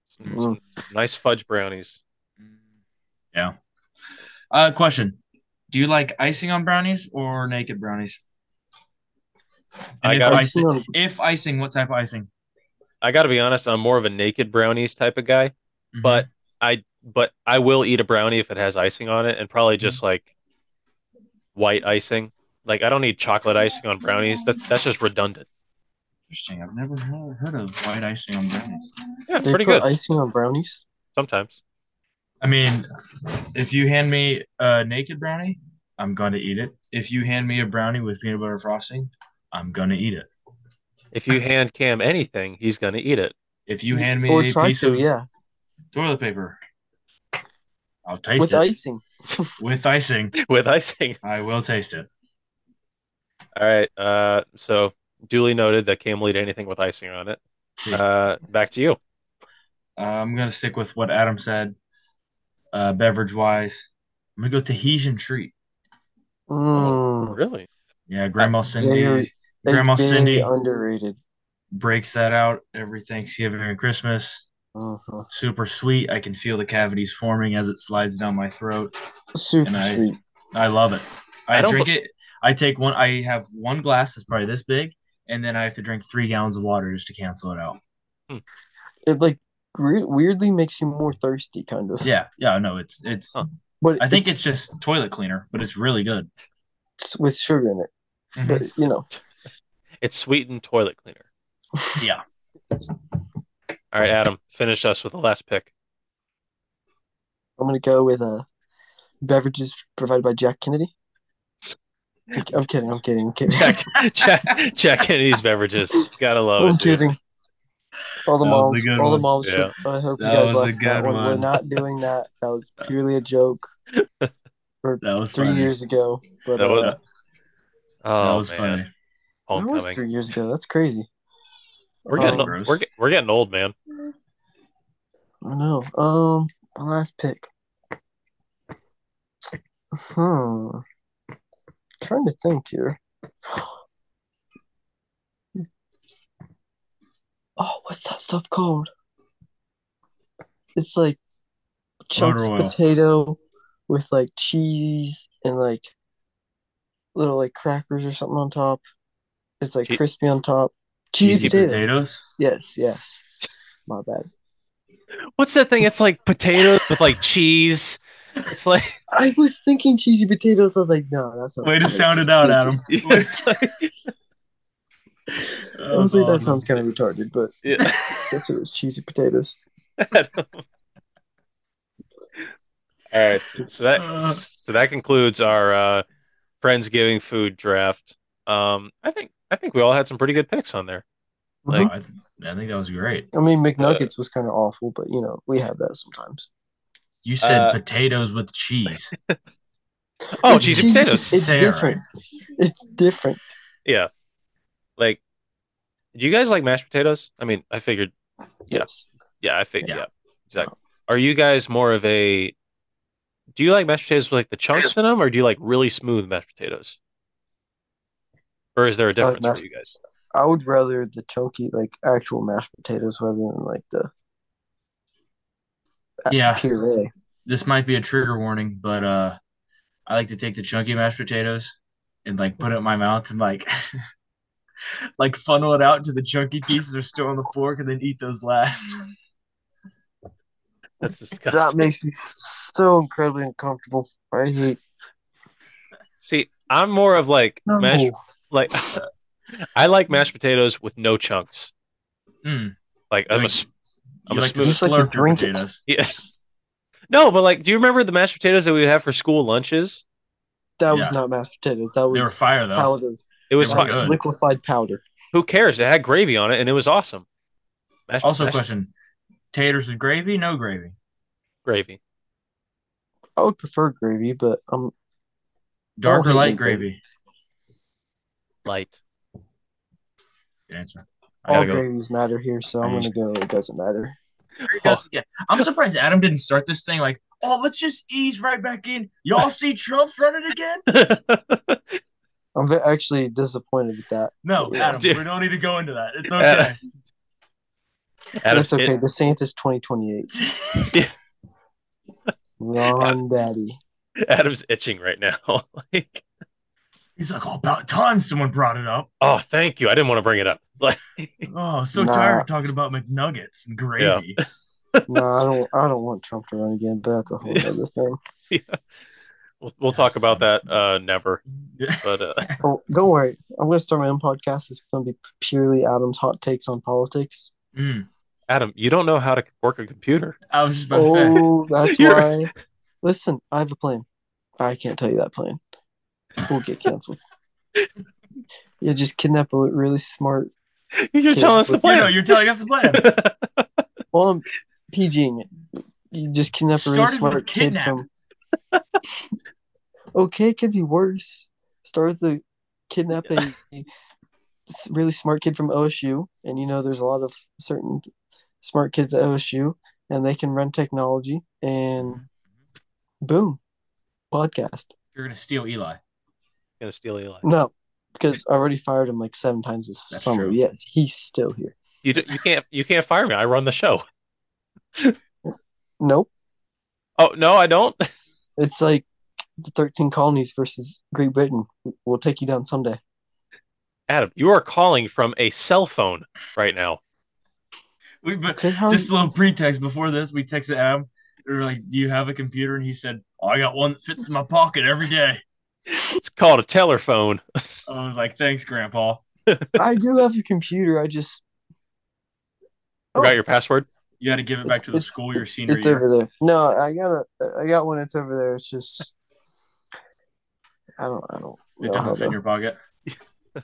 [SPEAKER 2] Some-
[SPEAKER 6] Mm.
[SPEAKER 2] some nice fudge brownies.
[SPEAKER 5] Yeah. Uh, question: Do you like icing on brownies or naked brownies?
[SPEAKER 2] I
[SPEAKER 5] And if
[SPEAKER 2] got-
[SPEAKER 5] icing,
[SPEAKER 6] Icing on-
[SPEAKER 5] if icing, what type of icing?
[SPEAKER 2] I got to be honest, I'm more of a naked brownies type of guy, but I but I will eat a brownie if it has icing on it, and probably
[SPEAKER 6] Mm-hmm.
[SPEAKER 2] just like white icing. Like I don't need chocolate icing on brownies. That's that's just redundant.
[SPEAKER 5] interesting. I've never he- heard of white icing on brownies.
[SPEAKER 2] Yeah, it's
[SPEAKER 6] They
[SPEAKER 2] pretty
[SPEAKER 6] put
[SPEAKER 2] good
[SPEAKER 6] icing on brownies.
[SPEAKER 2] sometimes.
[SPEAKER 5] I mean, if you hand me a naked brownie, I'm going to eat it. If you hand me a brownie with peanut butter frosting, I'm going to eat it.
[SPEAKER 2] If you hand Cam anything, he's gonna eat it.
[SPEAKER 5] If you hand me
[SPEAKER 6] or
[SPEAKER 5] a
[SPEAKER 6] try
[SPEAKER 5] piece
[SPEAKER 6] to,
[SPEAKER 5] of
[SPEAKER 6] yeah,
[SPEAKER 5] toilet paper, I'll taste
[SPEAKER 6] with
[SPEAKER 5] it
[SPEAKER 6] icing.
[SPEAKER 5] with icing.
[SPEAKER 2] with icing.
[SPEAKER 5] I will taste it.
[SPEAKER 2] All right. Uh, so duly noted that Cam will eat anything with icing on it.
[SPEAKER 5] Hmm.
[SPEAKER 2] Uh, back to you.
[SPEAKER 5] Uh, I'm gonna stick with what Adam said. Uh, beverage wise, I'm gonna go Tahitian treat. Hmm.
[SPEAKER 6] Mm.
[SPEAKER 2] Really?
[SPEAKER 5] Yeah,
[SPEAKER 6] Uh,
[SPEAKER 5] Grandma Cindy.
[SPEAKER 6] Very- They're
[SPEAKER 5] Grandma
[SPEAKER 6] very
[SPEAKER 5] Cindy
[SPEAKER 6] underrated.
[SPEAKER 5] breaks that out every Thanksgiving and Christmas.
[SPEAKER 6] Mhm.
[SPEAKER 5] Super sweet. I can feel the cavities forming as it slides down my throat.
[SPEAKER 6] Super
[SPEAKER 5] And I-
[SPEAKER 6] sweet.
[SPEAKER 5] I love it. I,
[SPEAKER 2] I don't
[SPEAKER 5] drink it. I take one. I have one glass that's probably this big, and then I have to drink three gallons of water just to cancel it out.
[SPEAKER 6] It like re- weirdly makes you more thirsty, kind of.
[SPEAKER 5] Yeah, yeah, no, it's it's
[SPEAKER 2] Huh.
[SPEAKER 6] But
[SPEAKER 5] I think it's, just toilet cleaner, but it's really good.
[SPEAKER 6] it's with sugar in it. But you know,
[SPEAKER 2] It's sweetened toilet cleaner.
[SPEAKER 5] Yeah.
[SPEAKER 2] All
[SPEAKER 5] Hmm.
[SPEAKER 2] right, Adam, finish us with the last pick.
[SPEAKER 6] I'm gonna go with uh, beverages provided by Jack Kennedy. I'm kidding. I'm kidding. I'm kidding.
[SPEAKER 2] Jack, Jack, Jack Kennedy's beverages. Gotta love
[SPEAKER 6] I'm
[SPEAKER 2] it. dude.
[SPEAKER 6] kidding. All the
[SPEAKER 5] That was a
[SPEAKER 6] moms,
[SPEAKER 5] good
[SPEAKER 6] all
[SPEAKER 5] one.
[SPEAKER 6] the moms.
[SPEAKER 2] Yeah.
[SPEAKER 6] I hope
[SPEAKER 5] That
[SPEAKER 6] you guys
[SPEAKER 5] was a
[SPEAKER 6] like that
[SPEAKER 5] good
[SPEAKER 6] one. We're
[SPEAKER 5] one.
[SPEAKER 6] not doing that. That was purely a joke
[SPEAKER 5] That was
[SPEAKER 6] three
[SPEAKER 5] funny.
[SPEAKER 6] years ago. But
[SPEAKER 2] That
[SPEAKER 6] uh,
[SPEAKER 2] was-
[SPEAKER 5] That
[SPEAKER 2] Oh
[SPEAKER 5] was
[SPEAKER 2] man,
[SPEAKER 5] funny.
[SPEAKER 6] that was
[SPEAKER 2] homecoming.
[SPEAKER 6] three years ago. That's crazy.
[SPEAKER 2] We're
[SPEAKER 6] Oh,
[SPEAKER 2] getting
[SPEAKER 5] gross.
[SPEAKER 2] we're, get- we're getting old, man.
[SPEAKER 6] I know. Um, my last pick. Hmm. Trying to think here. Oh, what's that stuff called? It's like chunks
[SPEAKER 5] Motor oil.
[SPEAKER 6] potato with like cheese and like little like crackers or something on top. It's like
[SPEAKER 2] Che-
[SPEAKER 6] crispy on top. Cheese
[SPEAKER 5] Cheesy
[SPEAKER 6] potato.
[SPEAKER 5] potatoes.
[SPEAKER 6] Yes, yes. My bad.
[SPEAKER 2] What's that thing? It's like potatoes with like cheese. It's like
[SPEAKER 6] I was thinking cheesy potatoes. I was like, no, that's not.
[SPEAKER 5] Way to sound it out, Adam.
[SPEAKER 2] it's like-
[SPEAKER 5] That
[SPEAKER 6] I was
[SPEAKER 5] was
[SPEAKER 6] like, that
[SPEAKER 5] awesome.
[SPEAKER 6] sounds kind of retarded, but
[SPEAKER 2] yeah.
[SPEAKER 6] I guess it was cheesy potatoes.
[SPEAKER 2] All right. So that so that concludes our uh Friendsgiving food draft. Um I think I think we all had some pretty good picks on there. Like
[SPEAKER 5] I, th- I think that was great.
[SPEAKER 6] I mean, McNuggets was kind of awful, but you know, we have that sometimes.
[SPEAKER 5] You said
[SPEAKER 2] Uh,
[SPEAKER 5] potatoes with cheese.
[SPEAKER 2] oh
[SPEAKER 6] It's
[SPEAKER 2] cheesy
[SPEAKER 6] cheese-
[SPEAKER 2] potatoes.
[SPEAKER 6] It's
[SPEAKER 5] Sarah.
[SPEAKER 6] different. It's different.
[SPEAKER 2] Yeah. Like do you guys like mashed potatoes? I mean, I figured Yeah.
[SPEAKER 6] Yes.
[SPEAKER 2] yeah, I figured yeah.
[SPEAKER 5] Yeah.
[SPEAKER 2] Exactly. Are you guys more of a do you like mashed potatoes with like the chunks in them or do you like really smooth mashed potatoes? Or is there a
[SPEAKER 6] I like
[SPEAKER 2] difference for
[SPEAKER 6] mashed-
[SPEAKER 2] you guys?
[SPEAKER 6] I would rather the chunky, like actual mashed potatoes, rather than like the uh,
[SPEAKER 5] Yeah.
[SPEAKER 6] puree.
[SPEAKER 5] this might be a trigger warning, but uh I like to take the chunky mashed potatoes and like put it in my mouth and like like funnel it out to the chunky pieces are still on the fork and then eat those last.
[SPEAKER 2] That's
[SPEAKER 6] That
[SPEAKER 2] disgusting.
[SPEAKER 6] makes me so incredibly uncomfortable. I hate.
[SPEAKER 2] See, I'm more of like
[SPEAKER 6] No.
[SPEAKER 2] mashed like I like mashed potatoes with no chunks.
[SPEAKER 5] Mm.
[SPEAKER 2] Like I'm a
[SPEAKER 5] Like-
[SPEAKER 2] s- I'm
[SPEAKER 5] You
[SPEAKER 2] a
[SPEAKER 5] like to
[SPEAKER 2] smooth-
[SPEAKER 6] Just like you
[SPEAKER 5] slurp your
[SPEAKER 6] drink it.
[SPEAKER 5] potatoes.
[SPEAKER 2] yeah. No, but like, do you remember the mashed potatoes that we would have for school lunches?
[SPEAKER 6] That was
[SPEAKER 5] Yeah.
[SPEAKER 6] not mashed potatoes. That
[SPEAKER 5] They were
[SPEAKER 6] was
[SPEAKER 5] fire though.
[SPEAKER 6] powder.
[SPEAKER 2] It was
[SPEAKER 5] were
[SPEAKER 2] fine.
[SPEAKER 5] good.
[SPEAKER 6] liquefied powder.
[SPEAKER 2] Who cares? It had gravy on it, and it was awesome. Mashed,
[SPEAKER 5] Also
[SPEAKER 2] mashed
[SPEAKER 5] question. Taters with gravy, no
[SPEAKER 6] Oh,
[SPEAKER 5] gravy.
[SPEAKER 2] gravy.
[SPEAKER 6] I would prefer gravy, but um,
[SPEAKER 5] Dark or
[SPEAKER 6] hate
[SPEAKER 5] light
[SPEAKER 6] it.
[SPEAKER 5] gravy?
[SPEAKER 2] Light.
[SPEAKER 5] Good answer.
[SPEAKER 2] I
[SPEAKER 6] all
[SPEAKER 2] gotta go.
[SPEAKER 6] gravies matter here, so I'm gonna go. It doesn't matter.
[SPEAKER 2] Oh,
[SPEAKER 5] Yeah. I'm surprised Adam didn't start this thing like, oh, let's just ease right back in. Y'all see Trump's running again?
[SPEAKER 6] I'm ve- actually disappointed with that.
[SPEAKER 5] No,
[SPEAKER 6] Yeah.
[SPEAKER 5] Adam,
[SPEAKER 2] Dude.
[SPEAKER 5] we don't need to go into that. It's
[SPEAKER 2] Adam.
[SPEAKER 5] okay.
[SPEAKER 6] But
[SPEAKER 2] Adam,
[SPEAKER 6] it's okay.
[SPEAKER 2] it-
[SPEAKER 6] DeSantis 2028. Ron Daddy.
[SPEAKER 2] Adam's itching right now. like,
[SPEAKER 5] He's like, oh, about time someone brought it up.
[SPEAKER 2] oh, thank you. I didn't want to bring it up. Like,
[SPEAKER 5] Oh, so
[SPEAKER 6] Nah.
[SPEAKER 5] tired of talking about McNuggets and gravy.
[SPEAKER 6] No, I don't. I don't want Trump to run again. But that's a whole other thing.
[SPEAKER 2] we'll, we'll talk
[SPEAKER 5] That's
[SPEAKER 2] about
[SPEAKER 5] funny.
[SPEAKER 2] that uh, never. But uh,
[SPEAKER 6] Oh, don't worry. I'm gonna start my own podcast. It's gonna be purely Adam's hot takes on politics.
[SPEAKER 5] Mm,
[SPEAKER 2] Adam, you don't know how to work a computer.
[SPEAKER 5] I was just about to say.
[SPEAKER 6] Oh, that's
[SPEAKER 2] You're-
[SPEAKER 6] why. Listen, I have a plan. I can't tell you that plan. We'll get canceled. yeah, just kidnap a really smart
[SPEAKER 2] You're
[SPEAKER 6] Okay,
[SPEAKER 2] telling us the
[SPEAKER 6] with-
[SPEAKER 5] You know,
[SPEAKER 2] plan.
[SPEAKER 5] you're telling us the plan.
[SPEAKER 6] Well, I'm PGing it. You just kidnap a really
[SPEAKER 5] Started with
[SPEAKER 6] smart kid
[SPEAKER 5] kidnap.
[SPEAKER 6] from. okay, it could be worse. Start with the kidnap a s- really smart kid from OSU, and you know there's a lot of certain smart kids at OSU, and they can run technology, and
[SPEAKER 5] Mm-hmm.
[SPEAKER 6] boom, podcast.
[SPEAKER 5] You're going to steal Eli.
[SPEAKER 2] Gonna steal Eli.
[SPEAKER 6] No, because I already fired him like seven times this
[SPEAKER 5] That's
[SPEAKER 6] summer.
[SPEAKER 5] true.
[SPEAKER 6] Yes, he's still here.
[SPEAKER 2] You d- you can't you can't fire me. I run the show.
[SPEAKER 6] Nope.
[SPEAKER 2] Oh no, I don't.
[SPEAKER 6] It's like the 13 colonies versus Great Britain. We'll take you down someday.
[SPEAKER 2] Adam, you are calling from a cell phone right now.
[SPEAKER 5] We, but
[SPEAKER 6] Okay, how
[SPEAKER 5] just a little pretext before this, we texted Adam. We were like, do you have a computer? And he said, I got one that fits in my pocket every day.
[SPEAKER 2] It's called a telephone.
[SPEAKER 5] I was like, thanks, Grandpa.
[SPEAKER 6] I do have a computer. I just
[SPEAKER 2] Forgot your password?
[SPEAKER 5] You had to give it back to the
[SPEAKER 6] It's-
[SPEAKER 5] school your senior
[SPEAKER 6] it's
[SPEAKER 5] year.
[SPEAKER 6] over there. No, I got a I got one. It's over there. It's just I don't I don't.
[SPEAKER 5] It
[SPEAKER 6] know how
[SPEAKER 5] doesn't fit
[SPEAKER 6] to-
[SPEAKER 5] in your pocket.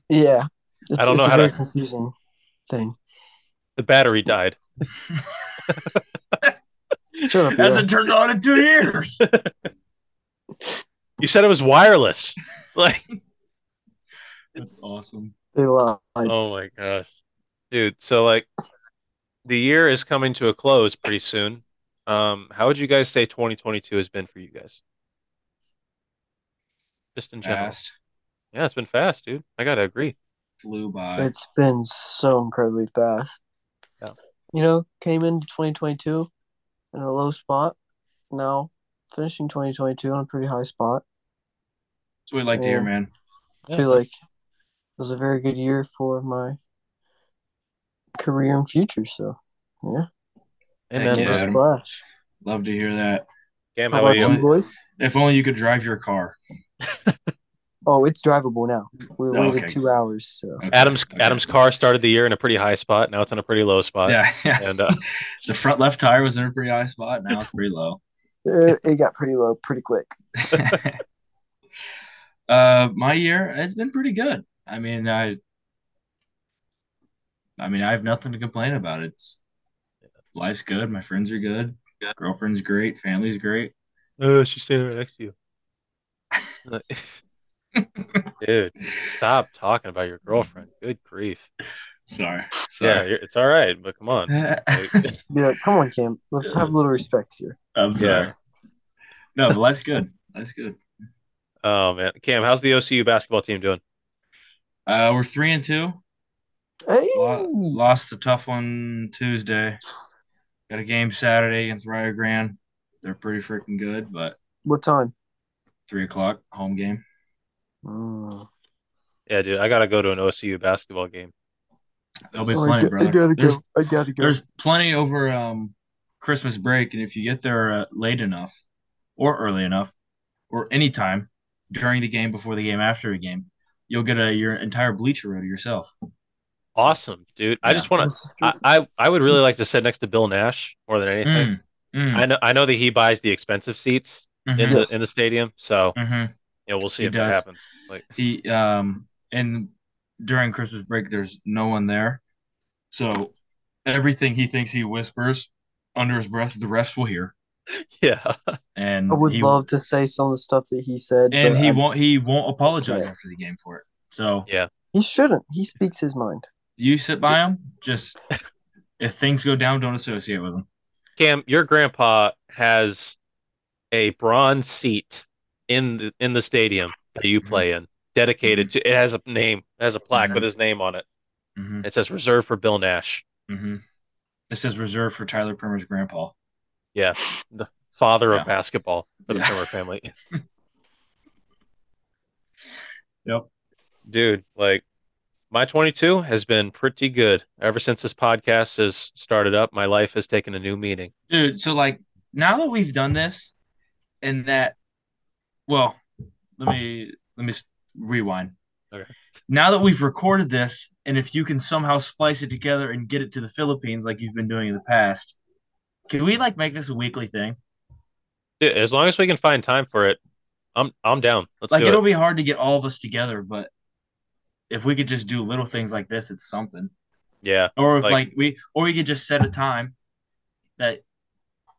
[SPEAKER 6] Yeah, it's,
[SPEAKER 2] don't know
[SPEAKER 6] it's
[SPEAKER 2] how
[SPEAKER 6] a
[SPEAKER 2] to-
[SPEAKER 6] very confusing thing.
[SPEAKER 2] The battery died.
[SPEAKER 6] Shut up.
[SPEAKER 5] Hasn't
[SPEAKER 6] Eli.
[SPEAKER 5] turned on in two years.
[SPEAKER 2] You said it was wireless. Like,
[SPEAKER 5] That's awesome.
[SPEAKER 6] They lied.
[SPEAKER 2] oh my gosh, dude. So like, the year is coming to a close pretty soon. Um, how would you guys say 2022 has been for you guys? Just in general.
[SPEAKER 5] Fast
[SPEAKER 2] Yeah, it's been fast, dude. I gotta agree.
[SPEAKER 5] flew by.
[SPEAKER 6] It's been so incredibly fast.
[SPEAKER 2] Yeah.
[SPEAKER 6] You know, came into 2022 in a low spot. Now finishing 2022 on a pretty high spot.
[SPEAKER 5] That's what we like to hear,
[SPEAKER 6] Yeah.
[SPEAKER 5] man.
[SPEAKER 6] I
[SPEAKER 2] Yeah.
[SPEAKER 6] feel like it was a very good year for my career and future. So, yeah.
[SPEAKER 2] Amen.
[SPEAKER 5] Thank you,
[SPEAKER 2] bro.
[SPEAKER 5] Adam.
[SPEAKER 6] Splash.
[SPEAKER 5] Love to hear that.
[SPEAKER 2] uh, Cam,
[SPEAKER 6] How
[SPEAKER 2] how about
[SPEAKER 6] about
[SPEAKER 2] you?
[SPEAKER 6] you, boys?
[SPEAKER 5] If only you could drive your car.
[SPEAKER 6] Oh, it's drivable now. We
[SPEAKER 5] Oh, Okay.
[SPEAKER 6] waited two hours. So,
[SPEAKER 5] Okay,
[SPEAKER 2] Adam's
[SPEAKER 5] okay.
[SPEAKER 2] Adam's car started the year in a pretty high spot. Now it's in a pretty low spot.
[SPEAKER 5] Yeah, yeah.
[SPEAKER 2] And uh,
[SPEAKER 5] the front left tire was in a pretty high spot. Now it's pretty low.
[SPEAKER 6] it, it got pretty low pretty quick.
[SPEAKER 5] uh, my year, it's been pretty good. I mean, I, I mean, I have nothing to complain about. It's life's good. My friends are good. Girlfriend's great. Family's great.
[SPEAKER 2] oh, she's standing right next to you. Dude, stop talking about your girlfriend. Good grief.
[SPEAKER 5] Sorry.
[SPEAKER 2] Yeah,
[SPEAKER 5] Sorry.
[SPEAKER 2] you're, it's all right, but come on. Like,
[SPEAKER 6] Be like, come on, Cam. Let's have a little respect here.
[SPEAKER 5] I'm sorry.
[SPEAKER 2] Yeah.
[SPEAKER 5] No, but life's good. Life's good.
[SPEAKER 2] oh man, Cam, how's the OCU basketball team doing?
[SPEAKER 5] Uh, we're three and two.
[SPEAKER 6] Hey!
[SPEAKER 5] Lo- Lost a tough one Tuesday. Got a game Saturday against Rio Grande. They're pretty freaking good, but
[SPEAKER 6] What time?
[SPEAKER 5] three o'clock home game.
[SPEAKER 6] Mm.
[SPEAKER 2] Yeah, dude, I gotta go to an OCU basketball game.
[SPEAKER 5] There'll be
[SPEAKER 6] Oh,
[SPEAKER 5] plenty,
[SPEAKER 6] I, got, I
[SPEAKER 5] brother.
[SPEAKER 6] gotta
[SPEAKER 5] there's,
[SPEAKER 6] go. I gotta go.
[SPEAKER 5] there's plenty over um, Christmas break, and if you get there uh, late enough, or early enough, or any time during the game, before the game, after a game, you'll get a, your entire bleacher row to yourself.
[SPEAKER 2] Awesome, dude. I
[SPEAKER 5] Yeah.
[SPEAKER 2] just want to.
[SPEAKER 6] This is true.
[SPEAKER 2] I, I I would really like to sit next to Bill Nash more than anything.
[SPEAKER 5] Mm, mm,
[SPEAKER 2] I know I know that he buys the expensive seats in
[SPEAKER 5] mhm,
[SPEAKER 2] the
[SPEAKER 6] Yes.
[SPEAKER 2] in the stadium, so
[SPEAKER 5] mhm.
[SPEAKER 2] yeah, we'll see
[SPEAKER 5] He
[SPEAKER 2] if it
[SPEAKER 5] does.
[SPEAKER 2] happens. Like,
[SPEAKER 5] he um and during christmas break there's no one there so everything he thinks he whispers under his breath the refs will hear
[SPEAKER 2] yeah.
[SPEAKER 5] and
[SPEAKER 6] I would
[SPEAKER 5] he,
[SPEAKER 6] love to say some of the stuff that he said,
[SPEAKER 5] and
[SPEAKER 6] but
[SPEAKER 5] he
[SPEAKER 6] I-
[SPEAKER 5] won't he won't apologize
[SPEAKER 6] Yeah.
[SPEAKER 5] after the game for it so
[SPEAKER 2] Yeah.
[SPEAKER 6] he shouldn't. He speaks his mind.
[SPEAKER 5] you sit by him just if things go down don't associate with him
[SPEAKER 2] Cam, your grandpa has a bronze seat in the in the stadium that you play in, dedicated
[SPEAKER 5] Mm-hmm.
[SPEAKER 2] to. It has a name, it has a plaque
[SPEAKER 5] Mhm.
[SPEAKER 2] with his name on it.
[SPEAKER 5] hmm
[SPEAKER 2] It says reserved for Bill Nash.
[SPEAKER 5] hmm it says reserved for tyler primer's grandpa
[SPEAKER 2] Yeah, the father
[SPEAKER 5] Yeah.
[SPEAKER 2] of basketball for the
[SPEAKER 5] Yeah.
[SPEAKER 2] Primer family.
[SPEAKER 5] yep
[SPEAKER 2] Dude, like my 22 has been pretty good ever since this podcast has started up. My life has taken a new meaning.
[SPEAKER 5] dude so like now that we've done this and that well let me let me s- rewind
[SPEAKER 2] Okay.
[SPEAKER 5] now that we've recorded this and if you can somehow splice it together and get it to the philippines like you've been doing in the past can we like make this a weekly thing
[SPEAKER 2] Dude, as long as we can find time for it, I'm I'm down. Let's
[SPEAKER 5] like
[SPEAKER 2] do
[SPEAKER 5] it'll
[SPEAKER 2] it.
[SPEAKER 5] be hard to get all of us together but if we could just do little things like this it's something
[SPEAKER 2] Yeah,
[SPEAKER 5] or if
[SPEAKER 2] Like-
[SPEAKER 5] like, we or we could just set a time that